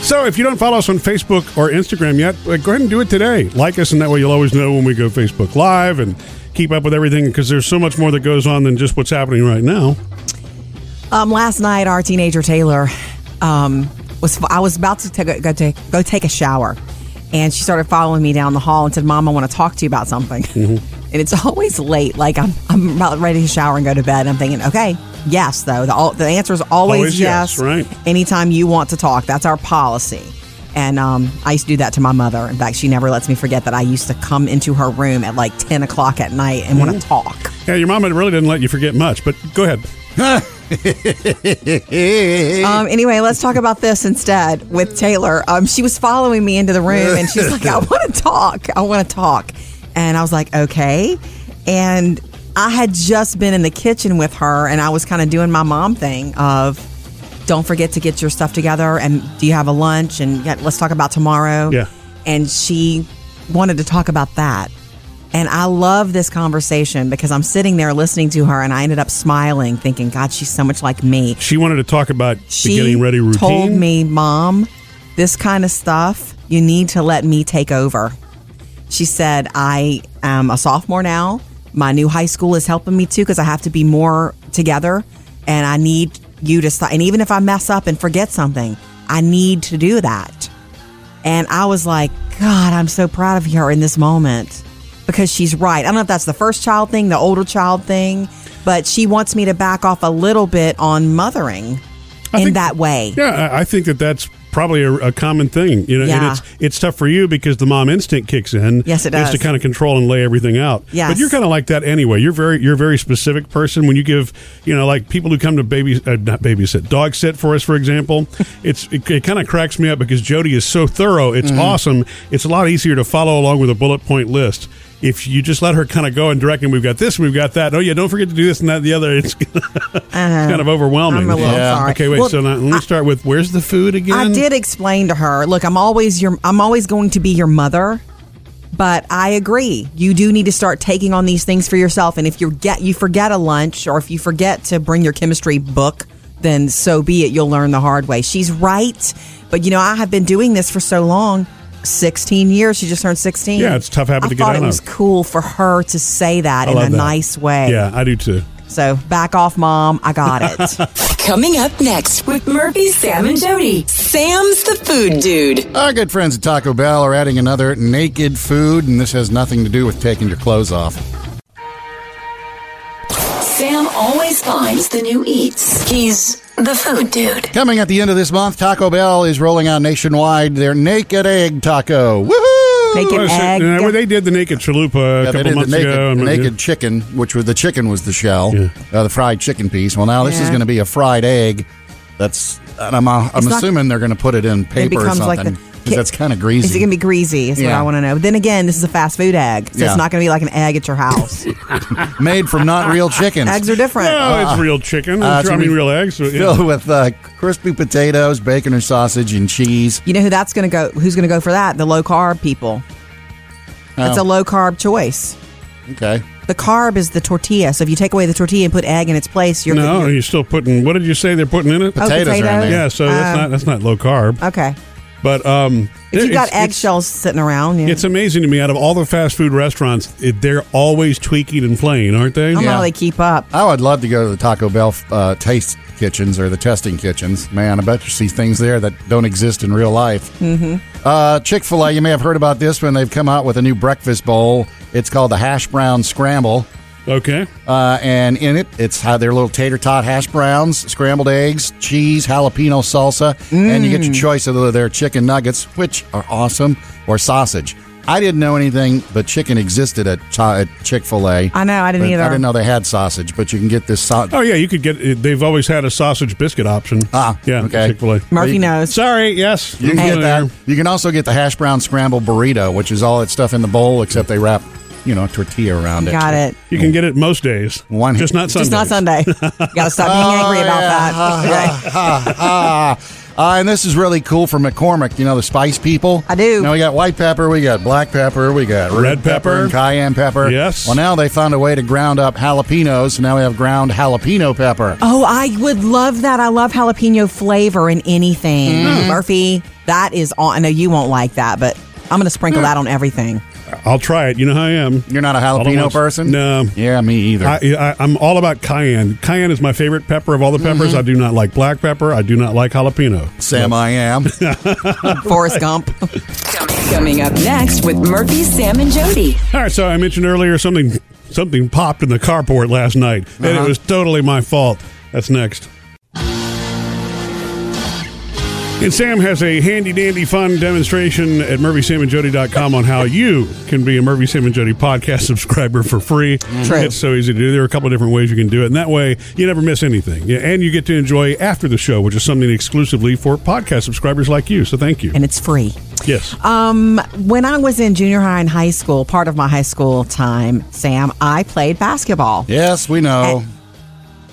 [SPEAKER 1] So if you don't follow us on Facebook or Instagram yet, uh, go ahead and do it today. Like us, and that way you'll always know when we go Facebook Live and keep up with everything because there's so much more that goes on than just what's happening right now.
[SPEAKER 2] Um, last night, our teenager Taylor um, was. I was about to take, go, take, go take a shower, and she started following me down the hall and said, "Mom, I want to talk to you about something."
[SPEAKER 1] Mm-hmm.
[SPEAKER 2] [laughs] And it's always late. Like I'm, I'm about ready to shower and go to bed. And I'm thinking, okay, yes, though the al- the answer is always,
[SPEAKER 1] Always yes, right.
[SPEAKER 2] Anytime you want to talk, that's our policy. And um, I used to do that to my mother. In fact, she never lets me forget that I used to come into her room at like ten o'clock at night and
[SPEAKER 1] Mm.
[SPEAKER 2] want to talk.
[SPEAKER 1] Yeah, your mom really didn't let you forget much, but go ahead.
[SPEAKER 2] Um, anyway, let's talk about this instead with Taylor. Um, she was following me into the room and she's like, I want to talk. I want to talk. And I was like, okay. And I had just been in the kitchen with her and I was kind of doing my mom thing of don't forget to get your stuff together and do you have a lunch and yeah, let's talk about tomorrow.
[SPEAKER 1] Yeah.
[SPEAKER 2] And she wanted to talk about that. And I love this conversation because I'm sitting there listening to her and I ended up smiling, thinking, God, she's so much like me
[SPEAKER 1] She wanted to talk about
[SPEAKER 2] she
[SPEAKER 1] the getting ready routine.
[SPEAKER 2] told me, Mom, this kind of stuff, you need to let me take over. She said, I am a sophomore now. My new high school is helping me too because I have to be more together and I need you to stop. And even if I mess up and forget something, I need to do that. And I was like, God, I'm so proud of her in this moment because she's right. I don't know if that's the first child thing, the older child thing, but she wants me to back off a little bit on mothering in
[SPEAKER 1] think-
[SPEAKER 2] that way.
[SPEAKER 1] Yeah, I I think that that's probably a, a common thing. You know,
[SPEAKER 2] Yeah.
[SPEAKER 1] and it's it's tough for you because the mom instinct kicks in.
[SPEAKER 2] Yes, it
[SPEAKER 1] Just to
[SPEAKER 2] does.
[SPEAKER 1] kind of control and lay everything out.
[SPEAKER 2] Yes.
[SPEAKER 1] but you're kind of like that anyway. You're very you're a very specific person when you give you know like people who come to baby uh, not babysit dog sit for us for
[SPEAKER 2] [laughs]
[SPEAKER 1] example. it's it, it kind of cracks me up because Jody is so thorough.
[SPEAKER 2] Mm-hmm.
[SPEAKER 1] It's awesome. It's a lot easier to follow along with a bullet point list. If you just let her kind of go and direct, and we've got this, and we've got that. Oh yeah, don't forget to do this and that, and the other. It's, it's kind of overwhelming.
[SPEAKER 2] Oh, I'm a little
[SPEAKER 3] Yeah.
[SPEAKER 2] sorry.
[SPEAKER 1] Okay, wait.
[SPEAKER 2] Well,
[SPEAKER 1] so now let me start with where's the food again?
[SPEAKER 2] I did explain to her, look, I'm always your I'm always going to be your mother, but I agree. You do need to start taking on these things for yourself and if you get you forget a lunch or if you forget to bring your chemistry book, then so be it. You'll learn the hard way. She's right. But you know, I have been doing this for so long. 16 years. She just turned 16.
[SPEAKER 1] Yeah, it's a tough habit
[SPEAKER 2] I
[SPEAKER 1] to get
[SPEAKER 2] thought
[SPEAKER 1] out
[SPEAKER 2] it was
[SPEAKER 1] of.
[SPEAKER 2] cool for her to say that
[SPEAKER 1] I
[SPEAKER 2] in
[SPEAKER 1] love
[SPEAKER 2] a
[SPEAKER 1] that.
[SPEAKER 2] nice way.
[SPEAKER 1] Yeah, I do too.
[SPEAKER 2] So back off, mom. I
[SPEAKER 1] [laughs]
[SPEAKER 2] got it.
[SPEAKER 4] Coming up next with Murphy, Sam, and Jody. Sam's the food dude.
[SPEAKER 3] Our good friends at Taco Bell are adding another naked food, and this has nothing to do with taking your clothes off.
[SPEAKER 4] Sam always finds the new eats. He's the food dude.
[SPEAKER 3] Coming at the end of this month, Taco Bell is rolling out nationwide their naked egg taco. Woohoo!
[SPEAKER 2] Naked
[SPEAKER 1] Oh, so-
[SPEAKER 2] egg.
[SPEAKER 1] yeah, well, they did the naked chalupa a
[SPEAKER 3] Yeah,
[SPEAKER 1] couple
[SPEAKER 3] they did the
[SPEAKER 1] months
[SPEAKER 3] naked,
[SPEAKER 1] ago.
[SPEAKER 3] the
[SPEAKER 1] I'm not-
[SPEAKER 3] naked chicken, which was the chicken was the shell,
[SPEAKER 1] Yeah.
[SPEAKER 3] uh, the fried chicken piece. Well, now this is
[SPEAKER 2] Yeah.
[SPEAKER 3] going to be a fried egg. That's and I'm uh, I'm
[SPEAKER 2] It's not-
[SPEAKER 3] assuming they're going to put it in paper or
[SPEAKER 2] becomes like
[SPEAKER 3] something
[SPEAKER 2] the-
[SPEAKER 3] 'cause that's kind of
[SPEAKER 2] Is it
[SPEAKER 3] greasy.
[SPEAKER 2] gonna be greasy? Is what
[SPEAKER 3] Yeah.
[SPEAKER 2] I want to know. But then again, this is a fast food egg, so
[SPEAKER 3] Yeah.
[SPEAKER 2] it's not gonna be like an egg at your
[SPEAKER 3] [laughs]
[SPEAKER 2] house.
[SPEAKER 3] Made from not real
[SPEAKER 2] [laughs]
[SPEAKER 3] chickens.
[SPEAKER 2] Eggs are different.
[SPEAKER 1] No, Oh, it's real chicken.
[SPEAKER 3] Uh,
[SPEAKER 1] I'm
[SPEAKER 3] it's
[SPEAKER 1] sure- I
[SPEAKER 3] gonna
[SPEAKER 1] mean,
[SPEAKER 3] be
[SPEAKER 1] real eggs. but, yeah.
[SPEAKER 3] [laughs] filled with uh, crispy potatoes, bacon and sausage, and cheese.
[SPEAKER 2] you know who that's gonna go? Who's gonna go for that? The low carb people. It's
[SPEAKER 3] Oh.
[SPEAKER 2] a Oh, low carb choice.
[SPEAKER 3] Okay.
[SPEAKER 2] The carb is the tortilla. So if you take away the tortilla and put egg in its place, you're
[SPEAKER 1] No,
[SPEAKER 2] you're-
[SPEAKER 1] you're still putting. What did you say they're putting in it?
[SPEAKER 2] Oh,
[SPEAKER 3] potatoes are in
[SPEAKER 2] potatoes?
[SPEAKER 3] there.
[SPEAKER 1] Yeah, so that's not that's not low carb.
[SPEAKER 2] Okay.
[SPEAKER 1] But um,
[SPEAKER 2] Um, uh, If you've
[SPEAKER 1] it's-
[SPEAKER 2] got
[SPEAKER 1] it's-
[SPEAKER 2] eggshells sitting around, yeah.
[SPEAKER 1] It's amazing to me. Out of all the fast food restaurants, it, they're always tweaking and playing, aren't they?
[SPEAKER 2] I don't know
[SPEAKER 3] Yeah. Uh,
[SPEAKER 2] how they keep up.
[SPEAKER 3] I would Oh, love to go to the Taco Bell uh, taste kitchens or the testing kitchens. Man, I bet you see things there that don't exist in real life. Mm-hmm. Uh, Chick fil A, you may have heard about this when they've come out with a new breakfast bowl. It's called the Hash Brown Scramble.
[SPEAKER 1] Okay.
[SPEAKER 3] Uh, and in it, it's how their little tater tot hash browns, scrambled eggs, cheese, jalapeno salsa, and you get
[SPEAKER 2] Mm.
[SPEAKER 3] your choice of their chicken nuggets, which are awesome, or sausage. I didn't know anything, but chicken existed at, Ta- at Chick fil A.
[SPEAKER 2] I know, I didn't either.
[SPEAKER 3] I didn't know they had sausage, but you can get this sausage.
[SPEAKER 1] Oh yeah, you could get. They've always had a sausage biscuit option.
[SPEAKER 3] Ah,
[SPEAKER 1] yeah.
[SPEAKER 3] okay.
[SPEAKER 1] Chick-fil-A.
[SPEAKER 2] Murphy
[SPEAKER 3] you-
[SPEAKER 2] knows.
[SPEAKER 1] Sorry. Yes.
[SPEAKER 3] You can
[SPEAKER 1] I'm
[SPEAKER 3] get that.
[SPEAKER 1] familiar.
[SPEAKER 3] You can also get the hash brown scrambled burrito, which is all that stuff in the bowl, except they wrap, you know, tortilla around it.
[SPEAKER 2] Got it.
[SPEAKER 1] You can get it most days.
[SPEAKER 3] One-
[SPEAKER 1] just not Sundays.
[SPEAKER 2] Just not Sunday.
[SPEAKER 3] [laughs]
[SPEAKER 2] Gotta stop being angry about
[SPEAKER 3] Oh,
[SPEAKER 2] that. Okay.
[SPEAKER 3] Uh, and this is really cool for McCormick. You know the spice people.
[SPEAKER 2] I do.
[SPEAKER 3] Now we got white pepper, we got black pepper, we got red,
[SPEAKER 1] Red pepper.
[SPEAKER 3] and cayenne pepper.
[SPEAKER 1] Yes.
[SPEAKER 3] Well, now they found a way to ground up jalapenos. So now we have ground jalapeno pepper.
[SPEAKER 2] Oh, I would love that. I love
[SPEAKER 3] Mm.
[SPEAKER 2] Mm. jalapeno flavor in anything. Murphy, that is on. I know you won't like that, but I'm going to
[SPEAKER 3] Mm.
[SPEAKER 2] sprinkle that on
[SPEAKER 3] [laughs]
[SPEAKER 2] everything.
[SPEAKER 1] I'll try it. You know how I am.
[SPEAKER 3] You're not a
[SPEAKER 1] I don't
[SPEAKER 3] jalapeno
[SPEAKER 1] want-
[SPEAKER 3] person?
[SPEAKER 1] No.
[SPEAKER 3] Yeah, me either.
[SPEAKER 1] I, I, I'm all about cayenne. Cayenne is my favorite pepper of all the peppers.
[SPEAKER 3] Mm-hmm.
[SPEAKER 1] I do not like black pepper. I do not like jalapeno.
[SPEAKER 3] Sam,
[SPEAKER 1] [laughs]
[SPEAKER 3] I am.
[SPEAKER 2] Forrest Gump.
[SPEAKER 4] Coming up next with Murphy, Sam, and Jody.
[SPEAKER 1] All right, so I mentioned earlier something something popped in the carport last night, and it
[SPEAKER 3] Uh-huh.
[SPEAKER 1] was totally my fault. That's next. And Sam has a handy dandy fun demonstration at MurphySamandJody.com on how you can be a Murphy Sam and Jody podcast [laughs] subscriber for free.
[SPEAKER 2] True.
[SPEAKER 1] It's so easy to do. There are a couple of different ways you can do it. And that way, you never miss anything. Yeah, And you get to enjoy after the show, which is something exclusively for podcast subscribers like you. So thank you.
[SPEAKER 2] And it's free. Um,
[SPEAKER 1] yes.
[SPEAKER 2] When I was in junior high and high school, part of my high school time, Sam, I played basketball.
[SPEAKER 3] yes, we know.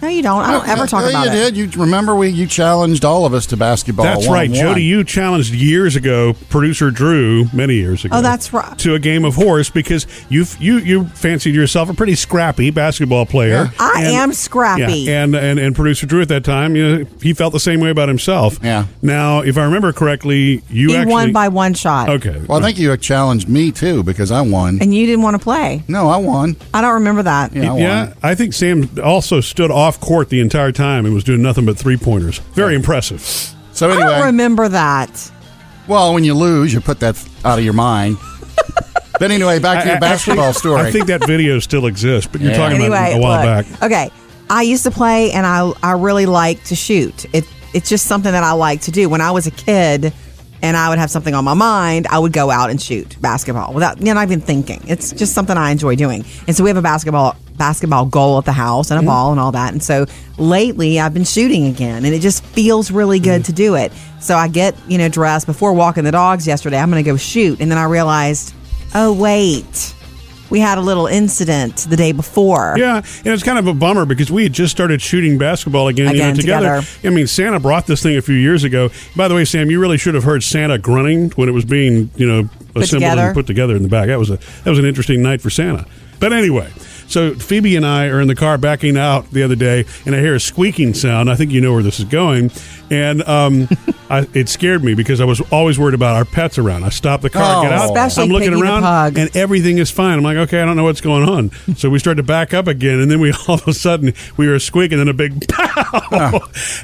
[SPEAKER 2] No, you don't. I don't ever talk
[SPEAKER 3] Yeah,
[SPEAKER 2] about
[SPEAKER 3] you
[SPEAKER 2] it.
[SPEAKER 3] did. You remember we you challenged all of us to basketball.
[SPEAKER 1] That's right,
[SPEAKER 3] one-on-one.
[SPEAKER 1] Jody. You challenged years ago, producer Drew, many years ago.
[SPEAKER 2] Oh, that's right.
[SPEAKER 1] To a game of horse because you you you fancied yourself a pretty scrappy basketball player.
[SPEAKER 2] Yeah. I am scrappy.
[SPEAKER 1] Yeah, and, and and producer Drew at that time, you know, he felt the same way about himself.
[SPEAKER 3] Yeah.
[SPEAKER 1] Now, if I remember correctly, you
[SPEAKER 2] He
[SPEAKER 1] actually
[SPEAKER 2] won by one shot.
[SPEAKER 1] okay.
[SPEAKER 3] Well, I think you challenged me too because I won.
[SPEAKER 2] And you didn't want to play.
[SPEAKER 3] No, I won.
[SPEAKER 2] I don't remember that.
[SPEAKER 3] Yeah, I won.
[SPEAKER 1] yeah, I think Sam also stood off court the entire time and was doing nothing but three pointers. Very impressive.
[SPEAKER 3] So
[SPEAKER 2] I don't
[SPEAKER 3] anyway,
[SPEAKER 2] remember that.
[SPEAKER 3] well, when you lose, you put that out of your mind. [laughs] but anyway, back to
[SPEAKER 1] I- I-
[SPEAKER 3] your basketball
[SPEAKER 1] actually,
[SPEAKER 3] story.
[SPEAKER 1] I think that video still exists, but you're
[SPEAKER 3] Yeah.
[SPEAKER 1] talking about
[SPEAKER 2] Anyway,
[SPEAKER 1] it a while
[SPEAKER 2] look,
[SPEAKER 1] back.
[SPEAKER 2] Okay. I used to play and I I really like to shoot. It it's just something that I like to do. When I was a kid and I would have something on my mind, I would go out and shoot basketball without you know, not even thinking. It's just something I enjoy doing. And so we have a basketball basketball goal at the house
[SPEAKER 1] Mm-hmm.
[SPEAKER 2] and a ball and all that. And so lately I've been shooting again and it just feels really
[SPEAKER 1] Mm-hmm.
[SPEAKER 2] good to do it. So I get, you know, dressed before walking the dogs yesterday, I'm gonna go shoot. And then I realized, oh wait. We had a little incident the day before.
[SPEAKER 1] Yeah, and it's kind of a bummer because we had just started shooting basketball again, you know,
[SPEAKER 2] Again,
[SPEAKER 1] together. I mean, Santa brought this thing a few years ago. By the way, Sam, you really should have heard Santa grunting when it was being, you know, assembled
[SPEAKER 2] together.
[SPEAKER 1] and put together in the back. That was a that was an interesting night for Santa. But anyway, so Phoebe and I are in the car backing out the other day, and I hear a squeaking sound. I think you know where this is going, and
[SPEAKER 2] [laughs]
[SPEAKER 1] um, I, it scared me because I was always worried about our pets around. I stopped the car,
[SPEAKER 3] Oh.
[SPEAKER 1] get out,
[SPEAKER 2] Especially
[SPEAKER 1] I'm looking
[SPEAKER 2] Piggy the
[SPEAKER 1] around,
[SPEAKER 2] pug.
[SPEAKER 1] and everything is fine. I'm like, okay, I don't know what's going on. So we started to back up again, and then we [laughs] all of a sudden we were squeaking, and then a big [laughs] pow.
[SPEAKER 3] Ah.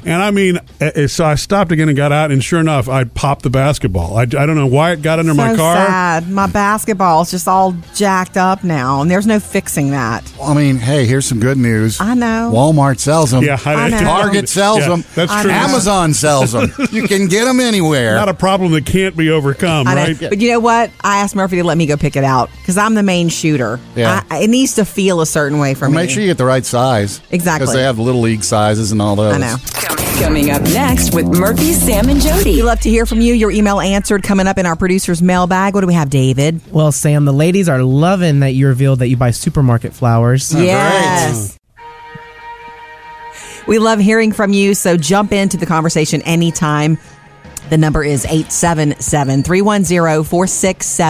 [SPEAKER 1] And I mean, eh, so I stopped again and got out, and sure enough, I popped the basketball. I, I don't know why it got under my
[SPEAKER 2] so
[SPEAKER 1] car.
[SPEAKER 2] sad. My basketball's just all jacked up now, and there's no fixing that.
[SPEAKER 3] I mean, hey, here's some good news.
[SPEAKER 2] I know.
[SPEAKER 3] Walmart sells them.
[SPEAKER 1] Yeah,
[SPEAKER 2] I know.
[SPEAKER 3] Target sells
[SPEAKER 1] Yeah,
[SPEAKER 3] them.
[SPEAKER 1] That's
[SPEAKER 2] I
[SPEAKER 1] true.
[SPEAKER 2] know.
[SPEAKER 3] Amazon sells
[SPEAKER 1] [laughs]
[SPEAKER 3] them. You can get them anywhere.
[SPEAKER 1] Not a problem that can't be overcome,
[SPEAKER 2] I know.
[SPEAKER 1] right?
[SPEAKER 2] But you know what? I asked Murphy to let me go pick it out because I'm the main shooter.
[SPEAKER 3] Yeah.
[SPEAKER 2] I, it needs to feel a certain way for
[SPEAKER 3] Well,
[SPEAKER 2] me.
[SPEAKER 3] Make sure you get the right size.
[SPEAKER 2] Exactly.
[SPEAKER 3] Because they have little league sizes and all those.
[SPEAKER 2] I know.
[SPEAKER 4] Coming up next with Murphy, Sam, and Jody.
[SPEAKER 2] We love to hear from you. Your email answered coming up in our producer's mailbag. What do we have, David?
[SPEAKER 7] Well, Sam, the ladies are loving that you revealed that you buy supermarket flowers.
[SPEAKER 2] Yes. We love hearing from you, so jump into the conversation anytime. The number is 877 310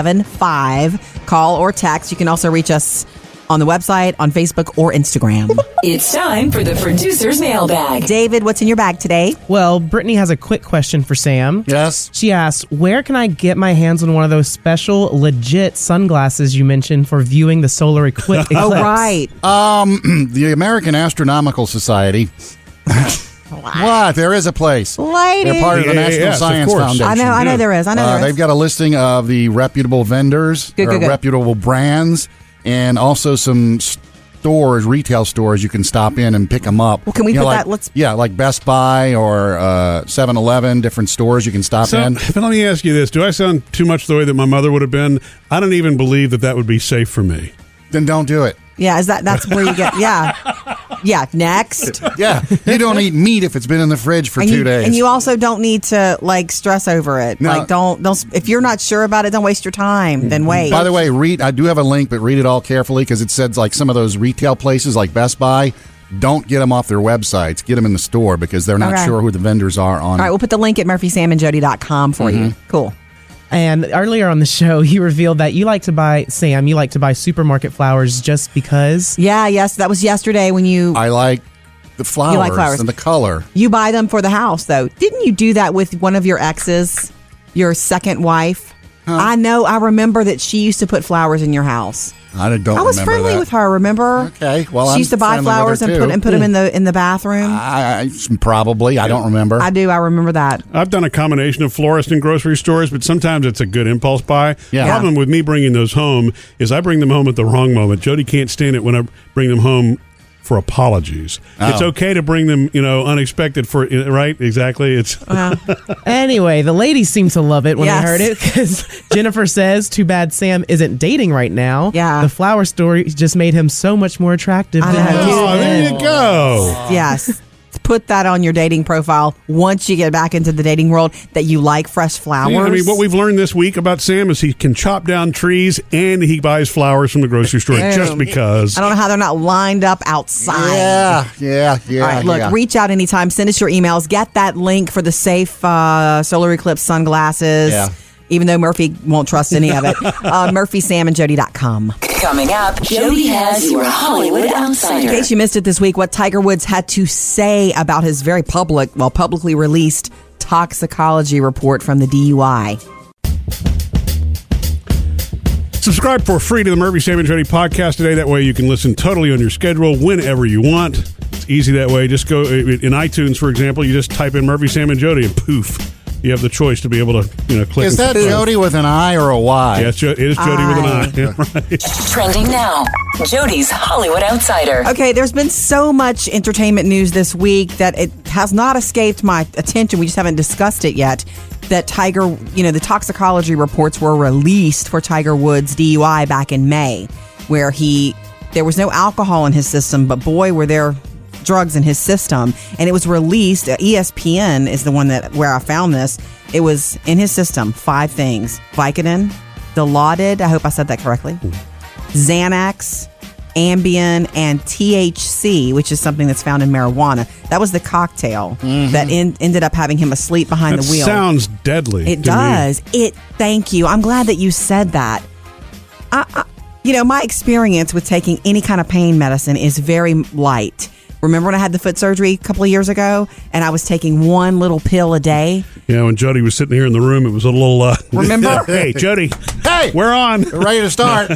[SPEAKER 2] 4675. Call or text. You can also reach us on the website, on Facebook, or
[SPEAKER 3] [laughs]
[SPEAKER 2] Instagram.
[SPEAKER 4] It's time for the producer's mailbag.
[SPEAKER 2] David, what's in your bag today?
[SPEAKER 7] Well, Brittany has a quick question for Sam.
[SPEAKER 3] Yes.
[SPEAKER 7] She asks, Where can I get my hands on one of those special, legit sunglasses you mentioned for viewing the solar equi- eclipse?
[SPEAKER 2] [laughs] Oh, right.
[SPEAKER 3] The American
[SPEAKER 2] [laughs]
[SPEAKER 3] Astronomical Society. what? There is a place. They're
[SPEAKER 2] Lady.
[SPEAKER 3] part of the
[SPEAKER 1] The
[SPEAKER 3] National
[SPEAKER 1] AAS, of
[SPEAKER 3] Science
[SPEAKER 1] course.
[SPEAKER 3] Foundation.
[SPEAKER 2] I know, I know there is. I know
[SPEAKER 3] Uh,
[SPEAKER 2] there
[SPEAKER 3] they've
[SPEAKER 2] is.
[SPEAKER 3] got a listing of the reputable vendors,
[SPEAKER 2] Good,
[SPEAKER 3] or
[SPEAKER 2] good, good.
[SPEAKER 3] reputable brands, and also some stores, retail stores you can stop in and pick them up.
[SPEAKER 2] Well, can we
[SPEAKER 3] You know,
[SPEAKER 2] put
[SPEAKER 3] like-
[SPEAKER 2] that- let's-
[SPEAKER 3] yeah, like Best Buy or uh, 7-Eleven, different stores you can stop
[SPEAKER 1] So,
[SPEAKER 3] in.
[SPEAKER 1] but [laughs] let me ask you this: Do I sound too much the way that my mother would have been? I don't even believe that that would be safe for me.
[SPEAKER 3] Then don't do it.
[SPEAKER 2] Yeah, is that that's where you get
[SPEAKER 3] [laughs]
[SPEAKER 2] yeah. Yeah, next. [laughs]
[SPEAKER 3] Yeah, you don't eat meat if it's been in the fridge for
[SPEAKER 2] and
[SPEAKER 3] two
[SPEAKER 2] you,
[SPEAKER 3] days.
[SPEAKER 2] And you also don't need to like stress over it.
[SPEAKER 3] No. Mm-hmm.
[SPEAKER 2] Like don't don't if you're not sure about it, don't waste your time. Then wait.
[SPEAKER 3] By the way, read. I do have a link, but read it all carefully because it says like some of those retail places, like Best Buy, don't get them off their websites. Get them in the store because they're not
[SPEAKER 2] Okay.
[SPEAKER 3] sure who the vendors are on.
[SPEAKER 2] All right, we'll put the link at murphysamandjody.com for you.
[SPEAKER 3] Mm-hmm.
[SPEAKER 2] Cool.
[SPEAKER 7] And earlier on the show, you revealed that you like to buy, Sam, you like to buy supermarket flowers just because.
[SPEAKER 2] Yeah, yes, that was yesterday when you
[SPEAKER 3] I like the flowers,
[SPEAKER 2] flowers.
[SPEAKER 3] and the color.
[SPEAKER 2] you buy them for the house though. Didn't you do that with one of your exes, your second wife? I know. I remember that she used to put flowers in your house.
[SPEAKER 3] I don't.
[SPEAKER 2] I was
[SPEAKER 3] remember
[SPEAKER 2] friendly
[SPEAKER 3] that.
[SPEAKER 2] with her. Remember?
[SPEAKER 3] Okay, well,
[SPEAKER 2] she
[SPEAKER 3] I'm
[SPEAKER 2] used to buy
[SPEAKER 3] friendly with
[SPEAKER 2] flowers
[SPEAKER 3] her,
[SPEAKER 2] and put
[SPEAKER 3] too.
[SPEAKER 2] and put them in the in the bathroom. I,
[SPEAKER 3] I, I- probably. I don't remember.
[SPEAKER 2] do. I remember that.
[SPEAKER 1] I've done a combination of florist and grocery stores, but sometimes it's a good impulse buy.
[SPEAKER 3] Yeah.
[SPEAKER 1] Problem with me bringing those home is I bring them home at the wrong moment. Jody can't stand it when I bring them home for apologies.
[SPEAKER 3] Oh.
[SPEAKER 1] It's okay to bring them, you know, unexpected for right? Exactly. It's oh,
[SPEAKER 7] Anyway, the ladies seem to love it when
[SPEAKER 2] Yes.
[SPEAKER 7] they heard
[SPEAKER 2] [laughs]
[SPEAKER 7] it because Jennifer says, "Too bad Sam isn't dating right now."
[SPEAKER 2] Yeah.
[SPEAKER 7] the flower story just made him so much more attractive
[SPEAKER 2] I
[SPEAKER 7] than
[SPEAKER 2] know.
[SPEAKER 7] he
[SPEAKER 1] Oh,
[SPEAKER 7] was
[SPEAKER 1] there
[SPEAKER 7] then.
[SPEAKER 1] you go.
[SPEAKER 3] Uh.
[SPEAKER 2] Yes. Put that on your dating profile once you get back into the dating world that you like fresh flowers.
[SPEAKER 1] I mean, what we've learned this week about Sam is he can chop down trees and he buys flowers from the grocery store
[SPEAKER 2] Damn.
[SPEAKER 1] just because.
[SPEAKER 2] I don't know how they're not lined up outside.
[SPEAKER 3] Yeah, yeah, yeah.
[SPEAKER 2] All right, look,
[SPEAKER 3] yeah.
[SPEAKER 2] reach out anytime. Send us your emails. Get that link for the safe uh, solar eclipse sunglasses.
[SPEAKER 3] Yeah.
[SPEAKER 2] Even though Murphy won't trust any of
[SPEAKER 3] [laughs]
[SPEAKER 2] it. Uh, MurphySamandJody.com.
[SPEAKER 4] Coming up, Jody has your Hollywood
[SPEAKER 2] In
[SPEAKER 4] Outsider.
[SPEAKER 2] case you missed it this week, what Tiger Woods had to say about his very public, well, publicly released toxicology report from the DUI.
[SPEAKER 1] Subscribe for free to the Murphy Sam and Jody podcast today. That way you can listen totally on your schedule whenever you want. It's easy that way. Just go uh, in iTunes, for example. You just type in Murphy Sam and Jody and poof, you have the choice to be able to you know click.
[SPEAKER 3] Is that
[SPEAKER 1] and subscribe.
[SPEAKER 3] Jody Ah. with an I or a Y?
[SPEAKER 1] Yeah, it's Jo- it is Jody [laughs] with an eye.
[SPEAKER 4] Trending now. Jody's Hollywood Outsider.
[SPEAKER 2] Okay, there's been so much entertainment news this week that it has not escaped my attention. We just haven't discussed it yet. That Tiger, you know, the toxicology reports were released for Tiger Woods' DUI back in May, where he there was no alcohol in his system, but boy, were there drugs in his system. And it was released. uh, E ESPN is the one that where I found this. It was in his system. Five things: Vicodin, Dilaudid. I hope I said that correctly. Xanax, Ambien, and THC, which is something that's found in marijuana. That was the cocktail that en- ended up having him asleep behind
[SPEAKER 1] Mm-hmm. That
[SPEAKER 2] the wheel.
[SPEAKER 1] sounds deadly. to
[SPEAKER 2] it
[SPEAKER 1] me.
[SPEAKER 2] does. It. Thank you. I'm glad that you said that. I, I, you know, my experience with taking any kind of pain medicine is very light. Remember when I had the foot surgery a couple of years ago, and I was taking one little pill a day.
[SPEAKER 1] [laughs] Yeah, when Jody was sitting here in the room, it was a little. Uh, [laughs]
[SPEAKER 2] Remember?
[SPEAKER 1] hey, Jody.
[SPEAKER 3] Hey!
[SPEAKER 1] we're on.
[SPEAKER 3] We're ready to start.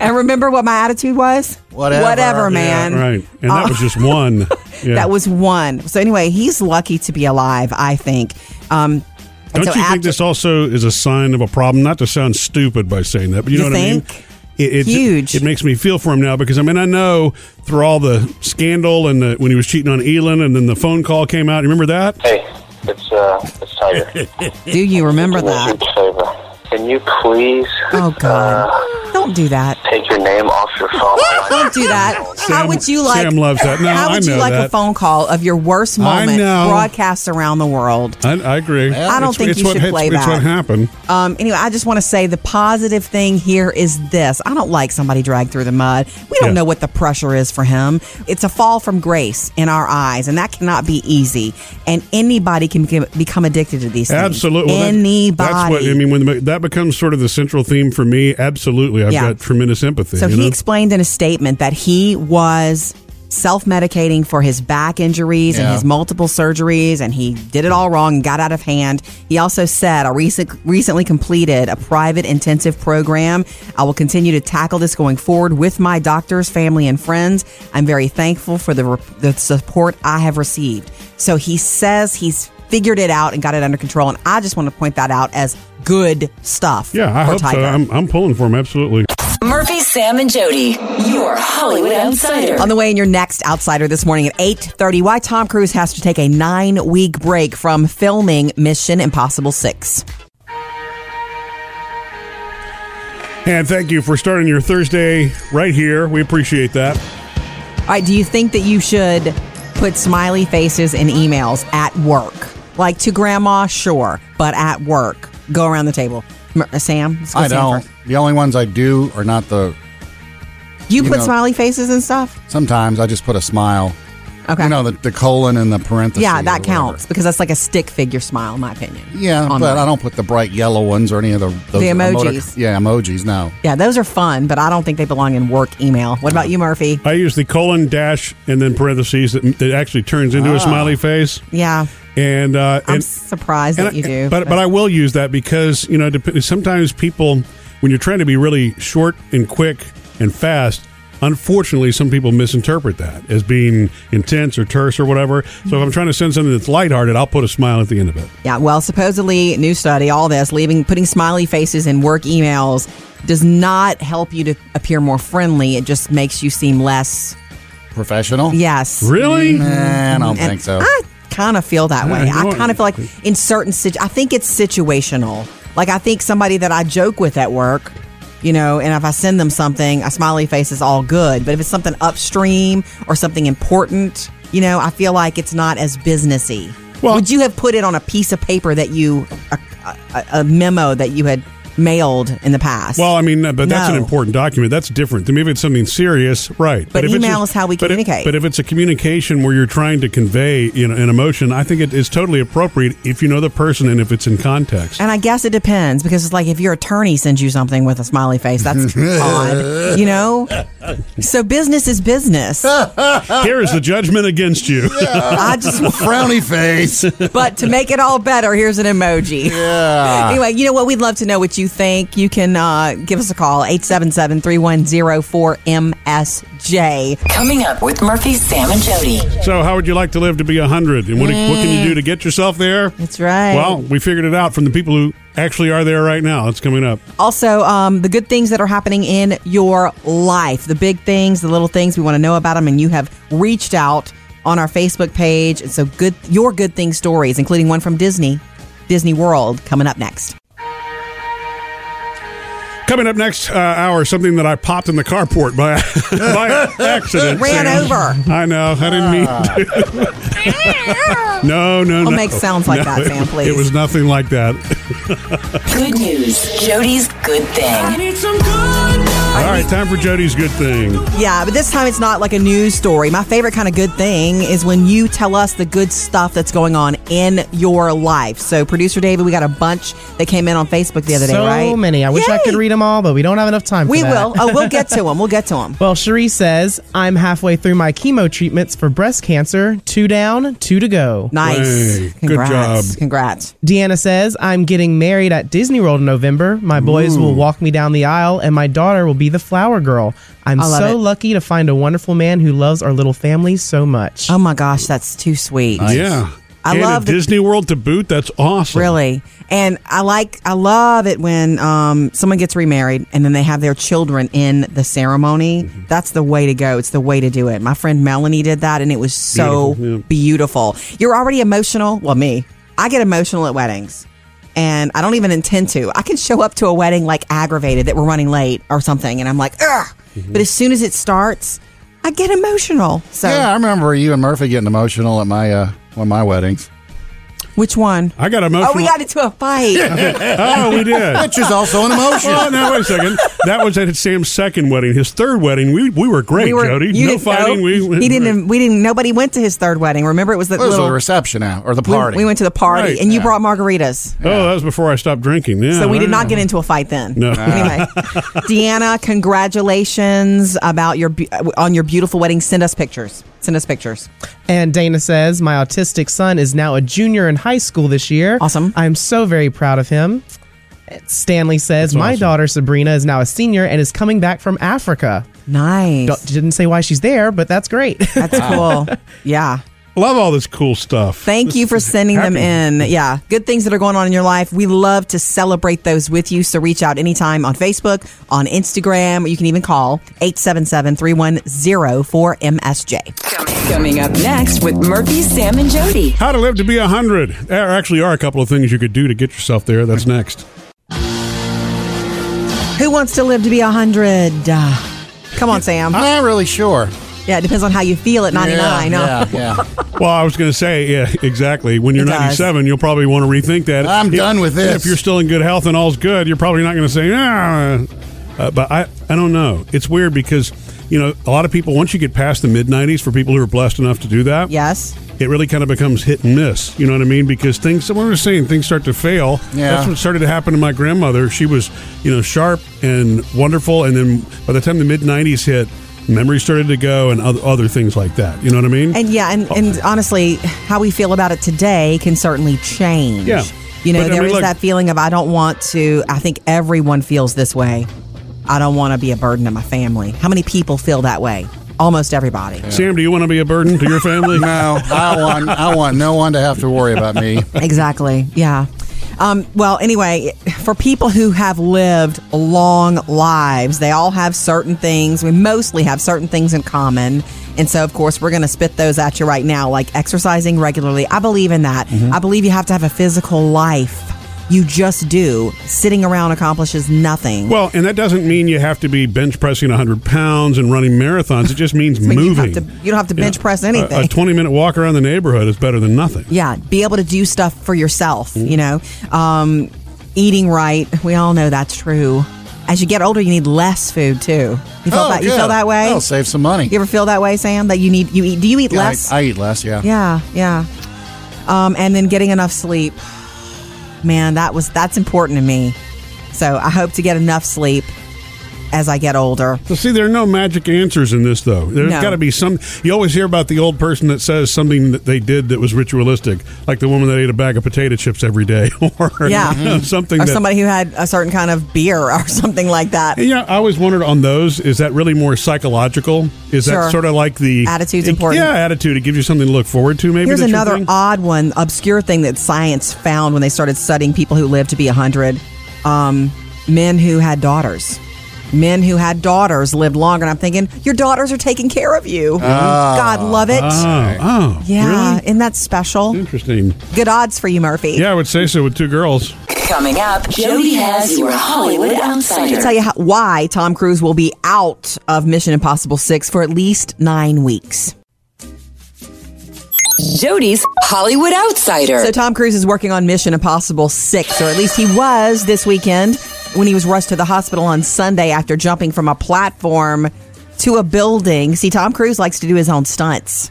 [SPEAKER 2] And remember what my attitude was?
[SPEAKER 3] Whatever.
[SPEAKER 2] Whatever,
[SPEAKER 3] Yeah,
[SPEAKER 2] man.
[SPEAKER 1] Right, and that was just one. Yeah.
[SPEAKER 2] [laughs] That was one. So anyway, he's lucky to be alive, I think. Um, and
[SPEAKER 1] Don't
[SPEAKER 2] so
[SPEAKER 1] you
[SPEAKER 2] after-
[SPEAKER 1] think this also is a sign of a problem? Not to sound stupid by saying that, but you,
[SPEAKER 2] You
[SPEAKER 1] know what I
[SPEAKER 2] think?
[SPEAKER 1] mean. It, it-
[SPEAKER 2] Huge.
[SPEAKER 1] It, makes me feel for him now because I mean I know through all the scandal and the, when he was cheating on Elon and then the phone call came out. You remember that?
[SPEAKER 5] Hey, it's uh, it's
[SPEAKER 2] [laughs]
[SPEAKER 5] Tiger.
[SPEAKER 2] Do you remember
[SPEAKER 5] Do me a
[SPEAKER 2] that?
[SPEAKER 5] huge favor. Can you please uh,
[SPEAKER 2] Oh God! Don't do that.
[SPEAKER 5] take your name off
[SPEAKER 2] [laughs]
[SPEAKER 5] your phone?
[SPEAKER 2] Don't do that. how
[SPEAKER 1] Sam-
[SPEAKER 2] would you like?
[SPEAKER 1] Sam loves that. No,
[SPEAKER 2] how would
[SPEAKER 1] I
[SPEAKER 2] you
[SPEAKER 1] know
[SPEAKER 2] like a
[SPEAKER 1] that.
[SPEAKER 2] phone call of your worst
[SPEAKER 1] I
[SPEAKER 2] moment
[SPEAKER 1] know.
[SPEAKER 2] broadcast around the world?
[SPEAKER 1] I, I agree.
[SPEAKER 2] I don't
[SPEAKER 1] It's-
[SPEAKER 2] think
[SPEAKER 1] it's
[SPEAKER 2] you
[SPEAKER 1] what,
[SPEAKER 2] should
[SPEAKER 1] it's-
[SPEAKER 2] play
[SPEAKER 1] it's,
[SPEAKER 2] that.
[SPEAKER 1] what happened.
[SPEAKER 2] Um, anyway, I just want to say the positive thing here is this. I don't like somebody dragged through the mud. We don't
[SPEAKER 1] Yeah.
[SPEAKER 2] know what the pressure is for him. It's a fall from grace in our eyes, and that cannot be easy. And anybody can become- become addicted to these things.
[SPEAKER 1] Absolutely. Well, that-
[SPEAKER 2] Anybody.
[SPEAKER 1] That's what E I mean. When the, that becomes sort of the central theme for me, absolutely, I've
[SPEAKER 2] Yeah.
[SPEAKER 1] got tremendous empathy.
[SPEAKER 2] So
[SPEAKER 1] you
[SPEAKER 2] he
[SPEAKER 1] know?
[SPEAKER 2] explained in a statement that he was self medicating for his back injuries and
[SPEAKER 3] Yeah.
[SPEAKER 2] his multiple surgeries, and he did it all wrong and got out of hand. He also said, I recent, recently completed a private intensive program. I will continue to tackle this going forward with my doctors, family, and friends. I'm very thankful for the, re- the support I have received. So he says he's figured it out and got it under control. And I just want to point that out as good stuff.
[SPEAKER 1] yeah, I
[SPEAKER 2] for
[SPEAKER 1] hope so.
[SPEAKER 2] Tiger.
[SPEAKER 1] I'm, I'm pulling for him. Absolutely.
[SPEAKER 4] Murphy, Sam, and Jody, your Hollywood Outsider.
[SPEAKER 2] On the way in your next outsider this morning at 8:30 why Tom Cruise has to take a 9-week break from filming Mission Impossible 6.
[SPEAKER 1] And thank you for starting your Thursday right here. We appreciate that.
[SPEAKER 2] All right, do you think that you should put smiley faces in emails at work? Like to grandma, sure, but at work. Go around the table. M- uh, Sam, let's go
[SPEAKER 3] I
[SPEAKER 2] Sam
[SPEAKER 3] don't.
[SPEAKER 2] first.
[SPEAKER 3] The only ones I do are not the.
[SPEAKER 2] You,
[SPEAKER 3] You
[SPEAKER 2] put
[SPEAKER 3] know-
[SPEAKER 2] smiley faces and stuff?
[SPEAKER 3] Sometimes I just put a smile.
[SPEAKER 2] Okay.
[SPEAKER 3] You know, the, the colon and the parentheses.
[SPEAKER 2] yeah,
[SPEAKER 3] or
[SPEAKER 2] that
[SPEAKER 3] whatever.
[SPEAKER 2] counts because that's like a stick figure smile in my opinion.
[SPEAKER 3] Yeah,
[SPEAKER 2] On
[SPEAKER 3] but
[SPEAKER 2] mine.
[SPEAKER 3] I don't put the bright yellow ones or any of the those
[SPEAKER 2] The
[SPEAKER 3] emotic-
[SPEAKER 2] emojis.
[SPEAKER 3] yeah, emojis. No.
[SPEAKER 2] Yeah, those are fun, but I don't think they belong in work email. What about you, Murphy?
[SPEAKER 3] Uh,
[SPEAKER 1] I use the colon dash and then parentheses that, that actually turns into a smiley face.
[SPEAKER 2] Yeah.
[SPEAKER 1] And uh,
[SPEAKER 2] Ah. I'm
[SPEAKER 1] and-
[SPEAKER 2] surprised
[SPEAKER 1] and
[SPEAKER 2] that
[SPEAKER 1] I-
[SPEAKER 2] you do.
[SPEAKER 1] But, but I will use that because you know dep- sometimes people, when you're trying to be really short and quick and fast, unfortunately, some people misinterpret that as being intense or terse or whatever. So if I'm trying to send something that's lighthearted, I'll put a smile at the end of it.
[SPEAKER 2] Yeah, well, supposedly, new study, all this, leaving, putting smiley faces in work emails does not help you to appear more friendly. It just makes you seem less.
[SPEAKER 3] Professional?
[SPEAKER 2] Yes.
[SPEAKER 3] Really? Nah, I don't
[SPEAKER 2] And
[SPEAKER 3] think so.
[SPEAKER 2] I kind of feel that
[SPEAKER 3] Yeah,
[SPEAKER 2] way.
[SPEAKER 3] you know
[SPEAKER 2] I
[SPEAKER 3] what?
[SPEAKER 2] kind of feel like in certain situ- I think it's situational. Like I think somebody that I joke with at work, you know, and if I send them something, a smiley face is all good. But if it's something upstream or something important, you know, I feel like it's not as businessy. Well, would you have put it on a piece of paper that you a, a, a memo that you had mailed in the past?
[SPEAKER 1] Well, I mean, uh, but that's an
[SPEAKER 2] No.
[SPEAKER 1] important document. That's different. To me, if it's something serious, right?
[SPEAKER 2] But
[SPEAKER 1] if it's
[SPEAKER 2] email is how we
[SPEAKER 1] but if-
[SPEAKER 2] communicate.
[SPEAKER 1] but if it's a communication where you're trying to convey, you know, an emotion, I think it is totally appropriate if you know the person and if it's in context.
[SPEAKER 2] And I guess it depends because it's like if your attorney sends you something with a smiley face, that's odd, you know? So business is business. Oh.
[SPEAKER 1] Here is the judgment against you.
[SPEAKER 2] I just
[SPEAKER 3] frowny face.
[SPEAKER 2] [laughs] But to make it all better, here's an emoji.
[SPEAKER 3] Yeah.
[SPEAKER 2] [laughs] anyway, you know what? We'd love to know what you think. You can uh, give us a call 877-310-4MSJ.
[SPEAKER 4] Coming up with Murphy, Sam, and Jody.
[SPEAKER 1] [laughs] So, how would you like to live to be 100? And what, what can you do to get yourself there?
[SPEAKER 2] That's right.
[SPEAKER 1] Well, we figured it out from the people who actually are there right now. That's coming up.
[SPEAKER 2] Also, um, the good things that are happening in your life, the big things, the little things, we want to know about them. And you have reached out on our Facebook page. And so, good, your good thing stories, including one from Disney, Disney World, coming up next.
[SPEAKER 1] Coming up next uh, hour, something that I popped in the carport by, [laughs] by accident.
[SPEAKER 2] Ran
[SPEAKER 1] Sam.
[SPEAKER 2] over.
[SPEAKER 1] I know. I didn't mean to. [laughs] no, no, no.
[SPEAKER 2] Don't make sounds like
[SPEAKER 1] [laughs]
[SPEAKER 2] that,
[SPEAKER 1] it
[SPEAKER 2] Sam,
[SPEAKER 1] was-
[SPEAKER 2] please.
[SPEAKER 1] It was nothing like that.
[SPEAKER 4] Good news. Jody's good thing.
[SPEAKER 1] All right, time for Jody's good thing.
[SPEAKER 2] Yeah, but this time it's not like a news story. My favorite kind of good thing is when you tell us the good stuff that's going on in your life. So, producer David, we got a bunch that came in on Facebook the other
[SPEAKER 7] so
[SPEAKER 2] day, right?
[SPEAKER 7] many. I wish I could
[SPEAKER 2] Yay!
[SPEAKER 7] read them all, but we don't have enough time.
[SPEAKER 2] We
[SPEAKER 7] for that.
[SPEAKER 2] will. Oh, we'll get
[SPEAKER 7] [laughs]
[SPEAKER 2] to them. We'll get to them.
[SPEAKER 7] Well, Cherie says, I'm halfway through my chemo treatments for breast cancer. Two down, two to go.
[SPEAKER 2] Nice.
[SPEAKER 1] Hey, good
[SPEAKER 2] Congrats.
[SPEAKER 1] job.
[SPEAKER 2] Congrats.
[SPEAKER 7] Deanna says, I'm getting married at Disney World in November. My boys will walk me down the aisle, and my daughter will be the flower girl. I'm
[SPEAKER 2] I love
[SPEAKER 7] so
[SPEAKER 2] it.
[SPEAKER 7] lucky to find a wonderful man who loves our little family so much.
[SPEAKER 2] Oh my gosh, that's too sweet.
[SPEAKER 1] Yeah.
[SPEAKER 2] I
[SPEAKER 1] and at
[SPEAKER 2] love the-
[SPEAKER 1] Disney World to boot. That's awesome.
[SPEAKER 2] Really. And I like I love it when um, someone gets remarried and then they have their children in the ceremony.
[SPEAKER 1] Mm-hmm.
[SPEAKER 2] That's the way to go. It's the way to do it. My friend Melanie did that and it was so
[SPEAKER 1] Beautiful,
[SPEAKER 2] beautiful.
[SPEAKER 1] yeah.
[SPEAKER 2] You're already emotional. Well, me. I get emotional at weddings. And I don't even intend to. I can show up to a wedding like aggravated that we're running late or something and I'm like, "Ugh."
[SPEAKER 1] Mm-hmm.
[SPEAKER 2] But as soon as it starts, I get emotional. So,
[SPEAKER 3] yeah, I remember you and Murphy getting emotional at my uh, one of my weddings,
[SPEAKER 2] which one?
[SPEAKER 1] I got emotional.
[SPEAKER 2] Oh, we got into a fight.
[SPEAKER 1] [laughs] Oh, we
[SPEAKER 2] [laughs]
[SPEAKER 1] did.
[SPEAKER 3] which is also an [laughs]
[SPEAKER 1] Oh,
[SPEAKER 3] emotion.
[SPEAKER 1] now wait a second. That was at Sam's second wedding. His third wedding, we we were great,
[SPEAKER 2] we were,
[SPEAKER 1] Jody.
[SPEAKER 2] You
[SPEAKER 1] no
[SPEAKER 2] didn't
[SPEAKER 1] fighting.
[SPEAKER 2] Know.
[SPEAKER 1] We
[SPEAKER 2] he didn't. We didn't. Nobody went to his third wedding. Remember, it was the
[SPEAKER 3] What was
[SPEAKER 2] little.
[SPEAKER 3] the reception now or the
[SPEAKER 2] we-
[SPEAKER 3] party?
[SPEAKER 2] We, went to the party,
[SPEAKER 1] Right.
[SPEAKER 2] and you
[SPEAKER 1] Yeah.
[SPEAKER 2] brought margaritas.
[SPEAKER 1] Oh, that was before I stopped drinking. Yeah,
[SPEAKER 2] So we did
[SPEAKER 1] wow.
[SPEAKER 2] not get into a fight then.
[SPEAKER 1] No. [laughs]
[SPEAKER 2] Anyway, Deanna, congratulations about your be- on your beautiful wedding. Send us pictures. Send us pictures.
[SPEAKER 7] And Dana says, My autistic son is now a junior in high school this year.
[SPEAKER 2] Awesome.
[SPEAKER 7] I'm so very proud of him. Stanley says, My daughter Sabrina is now a senior and is coming back from Africa.
[SPEAKER 2] Nice.
[SPEAKER 7] Don't- didn't say why she's there, but that's great.
[SPEAKER 2] That's cool. [laughs] yeah.
[SPEAKER 1] Love all this cool stuff.
[SPEAKER 2] Thank you for sending them in. Yeah. Good things that are going on in your life. We love to celebrate those with you. So reach out anytime on Facebook, on Instagram, or you can even call 877 310 4MSJ.
[SPEAKER 4] Coming up next with Murphy, Sam, and Jody.
[SPEAKER 1] How to live to be a hundred. There actually are a couple of things you could do to get yourself there. That's next.
[SPEAKER 2] Who wants to live to be 100? Uh, come on, Sam.
[SPEAKER 3] I'm not really sure.
[SPEAKER 2] Yeah, it depends on how you feel at 99. huh?
[SPEAKER 3] Yeah, yeah,
[SPEAKER 2] [laughs]
[SPEAKER 3] yeah.
[SPEAKER 1] Well, I was going to say, yeah, exactly. When you're
[SPEAKER 2] It does.
[SPEAKER 1] 97, you'll probably want to rethink that.
[SPEAKER 3] I'm
[SPEAKER 1] If-
[SPEAKER 3] done with this.
[SPEAKER 1] If you're still in good health and all's good, you're probably not going to say, ah. Uh, but I, I don't know. It's weird because, you know, a lot of people, once you get past the mid 90s, for people who are blessed enough to do that,
[SPEAKER 2] Yes.
[SPEAKER 1] it really kind of becomes hit and miss. You know what I mean? Because things, someone was saying, things start to fail.
[SPEAKER 3] Yeah.
[SPEAKER 1] That's what started to happen to my grandmother. She was, you know, sharp and wonderful. And then by the time the mid 90s hit, memories started to go and other, other things like that. You know what I mean?
[SPEAKER 2] And yeah, and, and honestly, how we feel about it today can certainly change.
[SPEAKER 1] Yeah.
[SPEAKER 2] You know,
[SPEAKER 1] But, I
[SPEAKER 2] there
[SPEAKER 1] mean,
[SPEAKER 2] is
[SPEAKER 1] look-
[SPEAKER 2] that feeling of I don't want to, I think everyone feels this way. I don't want to be a burden to my family. How many people feel that way? Almost everybody.
[SPEAKER 1] Sam, do you want to be a burden to your family?
[SPEAKER 3] no, I want I want no one to have to worry about me.
[SPEAKER 2] Exactly. Yeah. Um, well, anyway, for people who have lived long lives, they all have certain things. We mostly have certain things in common. And so, of course, we're going to spit those at you right now, like exercising regularly. I believe in that.
[SPEAKER 1] Mm-hmm.
[SPEAKER 2] I believe you have to have a physical life. You just do. Sitting around accomplishes
[SPEAKER 1] [laughs]
[SPEAKER 2] nothing.
[SPEAKER 1] Well, and that doesn't mean you have to be bench pressing 100 pounds and running marathons. It just
[SPEAKER 2] [laughs]
[SPEAKER 1] means
[SPEAKER 2] I mean,
[SPEAKER 1] moving.
[SPEAKER 2] You, don't have to, you don't have to bench press
[SPEAKER 1] A-
[SPEAKER 2] anything.
[SPEAKER 1] A, 20 minute walk around the neighborhood is better than nothing.
[SPEAKER 2] yeah be able to do stuff for yourself
[SPEAKER 3] Mm-hmm.
[SPEAKER 2] you know um, eating right we all know that's true as you get older you need less food too you feel
[SPEAKER 3] Oh,
[SPEAKER 2] that you
[SPEAKER 3] yeah.
[SPEAKER 2] feel that way
[SPEAKER 3] That'll save some money.
[SPEAKER 2] you ever feel that way sam that you need you eat do you eat
[SPEAKER 3] Yeah, I-
[SPEAKER 2] less
[SPEAKER 3] I, eat less. Yeah.
[SPEAKER 2] yeah yeah um, and then getting enough sleep man that was that's important to me so i hope to get enough sleep as i get older
[SPEAKER 1] So see, there are no magic answers in this, though. There's
[SPEAKER 2] No.
[SPEAKER 1] got to be some. You always hear about the old person that says something that they did that was ritualistic, like the woman that ate a bag of potato chips every day, [laughs] or
[SPEAKER 2] yeah Mm-hmm.
[SPEAKER 1] you know, something.
[SPEAKER 2] or
[SPEAKER 1] that,
[SPEAKER 2] somebody who had a certain kind of beer or [laughs] something like that
[SPEAKER 1] And, you know, I always wondered on those: is that really more psychological? Is
[SPEAKER 2] Sure.
[SPEAKER 1] that sort of like the
[SPEAKER 2] Attitude's
[SPEAKER 1] it-
[SPEAKER 2] important.
[SPEAKER 1] Yeah, attitude. It gives you something to look forward to. Maybe
[SPEAKER 2] Here's
[SPEAKER 1] that you're
[SPEAKER 2] another
[SPEAKER 1] doing?
[SPEAKER 2] odd one, obscure thing that science found when they started studying people who lived to be 100. Um, men who had daughters. Men who had daughters lived longer. And I'm thinking, your daughters are taking care of you. God love it.
[SPEAKER 1] Oh, oh,
[SPEAKER 2] yeah.
[SPEAKER 1] really?
[SPEAKER 2] Isn't that
[SPEAKER 1] Mm-hmm.
[SPEAKER 2] special?
[SPEAKER 1] Interesting.
[SPEAKER 2] Good odds for you, Murphy.
[SPEAKER 1] Yeah, I would say so with two girls.
[SPEAKER 4] Coming up, Jody has your Hollywood
[SPEAKER 2] I
[SPEAKER 4] Outsider.
[SPEAKER 2] can tell you how, why Tom Cruise will be out of Mission Impossible 6 for at least nine weeks.
[SPEAKER 4] Jody's Hollywood Outsider.
[SPEAKER 2] So Tom Cruise is working on Mission Impossible 6, or at least he was this weekend when he was rushed to the hospital on Sunday after jumping from a platform to a building. See, Tom Cruise likes to do his own stunts.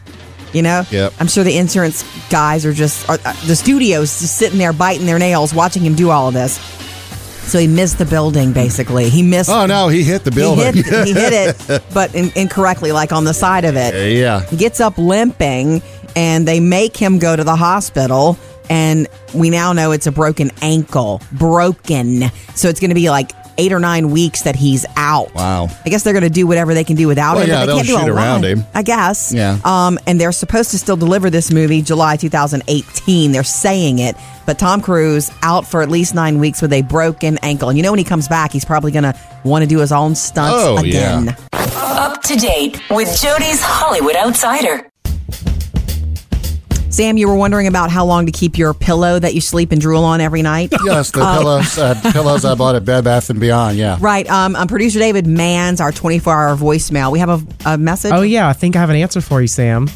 [SPEAKER 2] You know,
[SPEAKER 3] Yep.
[SPEAKER 2] I'm sure the insurance guys are just are, uh, the studios just sitting there biting their nails, watching him do all of this. So he missed the building. Basically, he missed.
[SPEAKER 3] Oh no, he hit the building.
[SPEAKER 2] He
[SPEAKER 3] [laughs]
[SPEAKER 2] hit, he hit it, but in, incorrectly, like on the side of it.
[SPEAKER 3] yeah.
[SPEAKER 2] He gets up limping, and they make him go to the hospital. And we now know it's a broken ankle. Broken. So it's going to be like eight or nine weeks that he's out.
[SPEAKER 3] Wow.
[SPEAKER 2] I guess they're going to do whatever they can do without
[SPEAKER 3] Well,
[SPEAKER 2] him. but
[SPEAKER 3] yeah,
[SPEAKER 2] they
[SPEAKER 3] they'll
[SPEAKER 2] can't do
[SPEAKER 3] shoot
[SPEAKER 2] a lot,
[SPEAKER 3] around him.
[SPEAKER 2] I guess.
[SPEAKER 3] Yeah.
[SPEAKER 2] Um, and they're supposed to still deliver this movie July 2018. They're saying it, but Tom Cruise out for at least nine weeks with a broken ankle. And you know when he comes back, he's probably going to want to do his own stunts
[SPEAKER 3] Oh, yeah.
[SPEAKER 2] again.
[SPEAKER 4] Up to date with Jody's Hollywood Outsider.
[SPEAKER 2] Sam, you were wondering about how long to keep your pillow that you sleep and drool on every night.
[SPEAKER 3] Yes, the pillows, uh, pillows I bought at Bed Bath and Beyond. Yeah.
[SPEAKER 2] Oh. Right. Um, um, producer David Mans, our 24 hour voicemail. We have a, a message.
[SPEAKER 7] [laughs] Oh, yeah, I think I have an answer for you, Sam.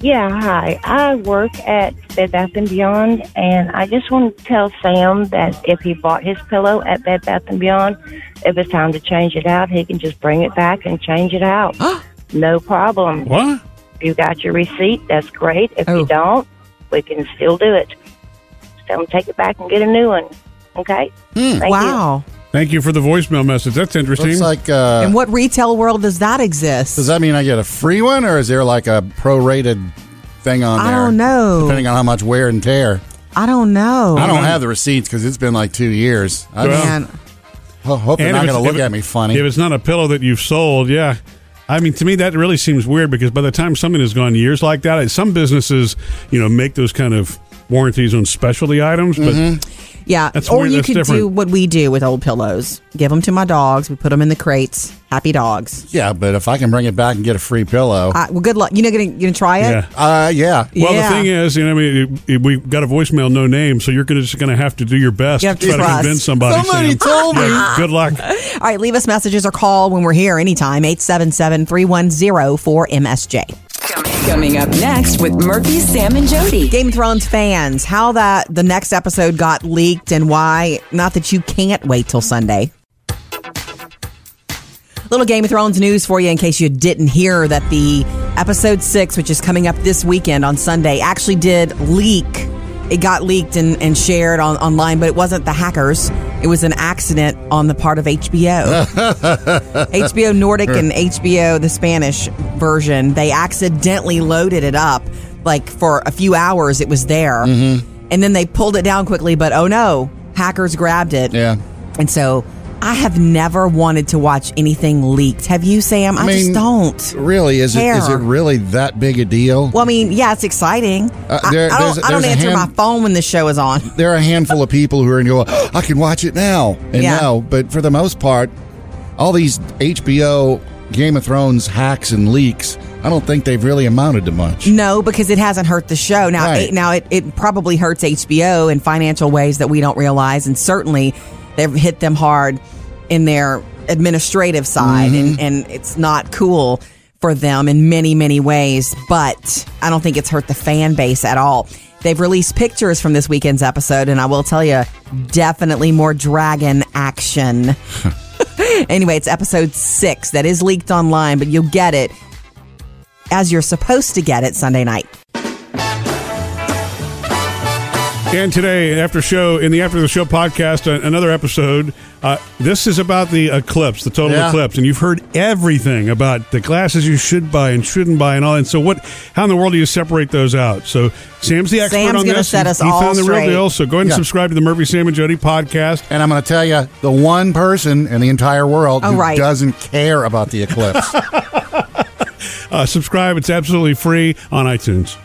[SPEAKER 11] Yeah, hi. I work at Bed Bath and Beyond, and I just want to tell Sam that if he bought his pillow at Bed Bath and Beyond, if it's time to change it out, he can just bring it back and change it
[SPEAKER 4] [gasps]
[SPEAKER 11] out. no problem.
[SPEAKER 1] What?
[SPEAKER 11] If you got your receipt, that's great. If
[SPEAKER 2] Oh.
[SPEAKER 11] you don't, we can still do it. Just Tell him to take it back and get a new one. Okay. Thank You.
[SPEAKER 2] wow.
[SPEAKER 1] Thank you for the voicemail message. That's interesting.
[SPEAKER 3] Looks like. Uh,
[SPEAKER 2] In what retail world does that exist?
[SPEAKER 3] Does that mean I get a free one, or is there like a prorated thing on
[SPEAKER 2] I
[SPEAKER 3] there?
[SPEAKER 2] don't know.
[SPEAKER 3] Depending on how much wear and tear.
[SPEAKER 2] I don't know.
[SPEAKER 3] I don't have the receipts because it's been like two years. I
[SPEAKER 1] Well,
[SPEAKER 3] just
[SPEAKER 2] Man,
[SPEAKER 3] ho- hope they're
[SPEAKER 1] And
[SPEAKER 3] not
[SPEAKER 1] if
[SPEAKER 3] going to
[SPEAKER 1] it's-
[SPEAKER 3] look
[SPEAKER 1] if it-
[SPEAKER 3] at me funny.
[SPEAKER 1] If it's not a pillow that you've sold, yeah. I mean, to me, that really seems weird because by the time something has gone years like that, some businesses, you know, make those kind of warranties on specialty items. But
[SPEAKER 3] Mm-hmm.
[SPEAKER 2] yeah.
[SPEAKER 1] That's
[SPEAKER 2] or
[SPEAKER 1] weird.
[SPEAKER 2] you
[SPEAKER 1] That's
[SPEAKER 2] could do
[SPEAKER 1] different.
[SPEAKER 2] what we do with old pillows. Give them to my dogs. We put them in the crates. Happy dogs.
[SPEAKER 3] yeah, but if I can bring it back and get a free pillow,
[SPEAKER 2] I, well, good luck. You know, gonna, you gonna try it?
[SPEAKER 1] yeah.
[SPEAKER 3] uh, yeah.
[SPEAKER 1] Well,
[SPEAKER 2] Yeah.
[SPEAKER 1] the thing is, you know, I mean, it- it- we got a voicemail, no name, so you're gonna, just going to have to do your best
[SPEAKER 2] You
[SPEAKER 1] to
[SPEAKER 2] have to
[SPEAKER 1] try to
[SPEAKER 2] trust.
[SPEAKER 1] convince somebody.
[SPEAKER 3] Somebody
[SPEAKER 1] Sam.
[SPEAKER 3] told me.
[SPEAKER 1] Yeah, good luck.
[SPEAKER 2] All right. Leave us messages or call when we're here anytime. 877 310 4MSJ.
[SPEAKER 4] Coming up next with Murphy, Sam, and Jody.
[SPEAKER 2] Game of Thrones fans, how that the next episode got leaked and why. Not that you can't wait till Sunday. Little Game of Thrones news for you in case you didn't hear that the episode six, which is coming up this weekend on Sunday, actually did leak. It got leaked and, and shared on, online, but it wasn't the hackers. It was an accident on the part of HBO.
[SPEAKER 3] [laughs]
[SPEAKER 2] HBO Nordic and HBO, the Spanish version, they accidentally loaded it up. Like for a few hours, it was there.
[SPEAKER 3] Mm-hmm.
[SPEAKER 2] And then they pulled it down quickly, but oh no, hackers grabbed it. Yeah. And so I have never wanted to watch anything leaked. Have you, Sam? I, just don't.
[SPEAKER 3] Really, is it is it
[SPEAKER 2] care.
[SPEAKER 3] really that big a deal?
[SPEAKER 2] Well, I mean, yeah, it's exciting.
[SPEAKER 3] Uh,
[SPEAKER 2] I-
[SPEAKER 3] there-
[SPEAKER 2] I,
[SPEAKER 3] there's-
[SPEAKER 2] don't, I don't
[SPEAKER 3] there's a
[SPEAKER 2] answer
[SPEAKER 3] hand-
[SPEAKER 2] my phone when the show is on.
[SPEAKER 3] There are a handful of people who are going to go, I can watch it now and
[SPEAKER 2] Yeah.
[SPEAKER 3] now. But for the most part, all these HBO Game of Thrones hacks and leaks, I don't think they've really amounted to much.
[SPEAKER 2] No, because it hasn't hurt the show. Now,
[SPEAKER 3] Right.
[SPEAKER 2] it, now it, it probably hurts HBO in financial ways that we don't realize, and certainly they've hit them hard in their administrative side, and, and it's not cool for them in many, many ways. But I don't think it's hurt the fan base at all. They've released pictures from this weekend's episode, and I will tell you, definitely more dragon action. [laughs] anyway, it's episode six that is leaked online, but you'll get it as you're supposed to get it Sunday night.
[SPEAKER 1] And today, after show in the after the show podcast, a- another episode. Uh, this is about the eclipse, the total
[SPEAKER 12] Yeah.
[SPEAKER 1] eclipse, and you've heard everything about the glasses you should buy and shouldn't buy, and all. And so, what? How in the world do you separate those out? So, Sam's the expert
[SPEAKER 2] Sam's
[SPEAKER 1] on
[SPEAKER 2] gonna
[SPEAKER 1] this.
[SPEAKER 2] set
[SPEAKER 1] He-
[SPEAKER 2] us
[SPEAKER 1] he
[SPEAKER 2] all
[SPEAKER 1] found the real
[SPEAKER 2] straight.
[SPEAKER 1] deal. So, go ahead and
[SPEAKER 3] Yeah.
[SPEAKER 1] subscribe to the Murphy Sam and Jody podcast.
[SPEAKER 3] And I'm going to tell you, the one person in the entire world
[SPEAKER 1] Oh,
[SPEAKER 3] who
[SPEAKER 1] right.
[SPEAKER 3] doesn't care about the eclipse.
[SPEAKER 1] Uh, subscribe; it's absolutely free on iTunes.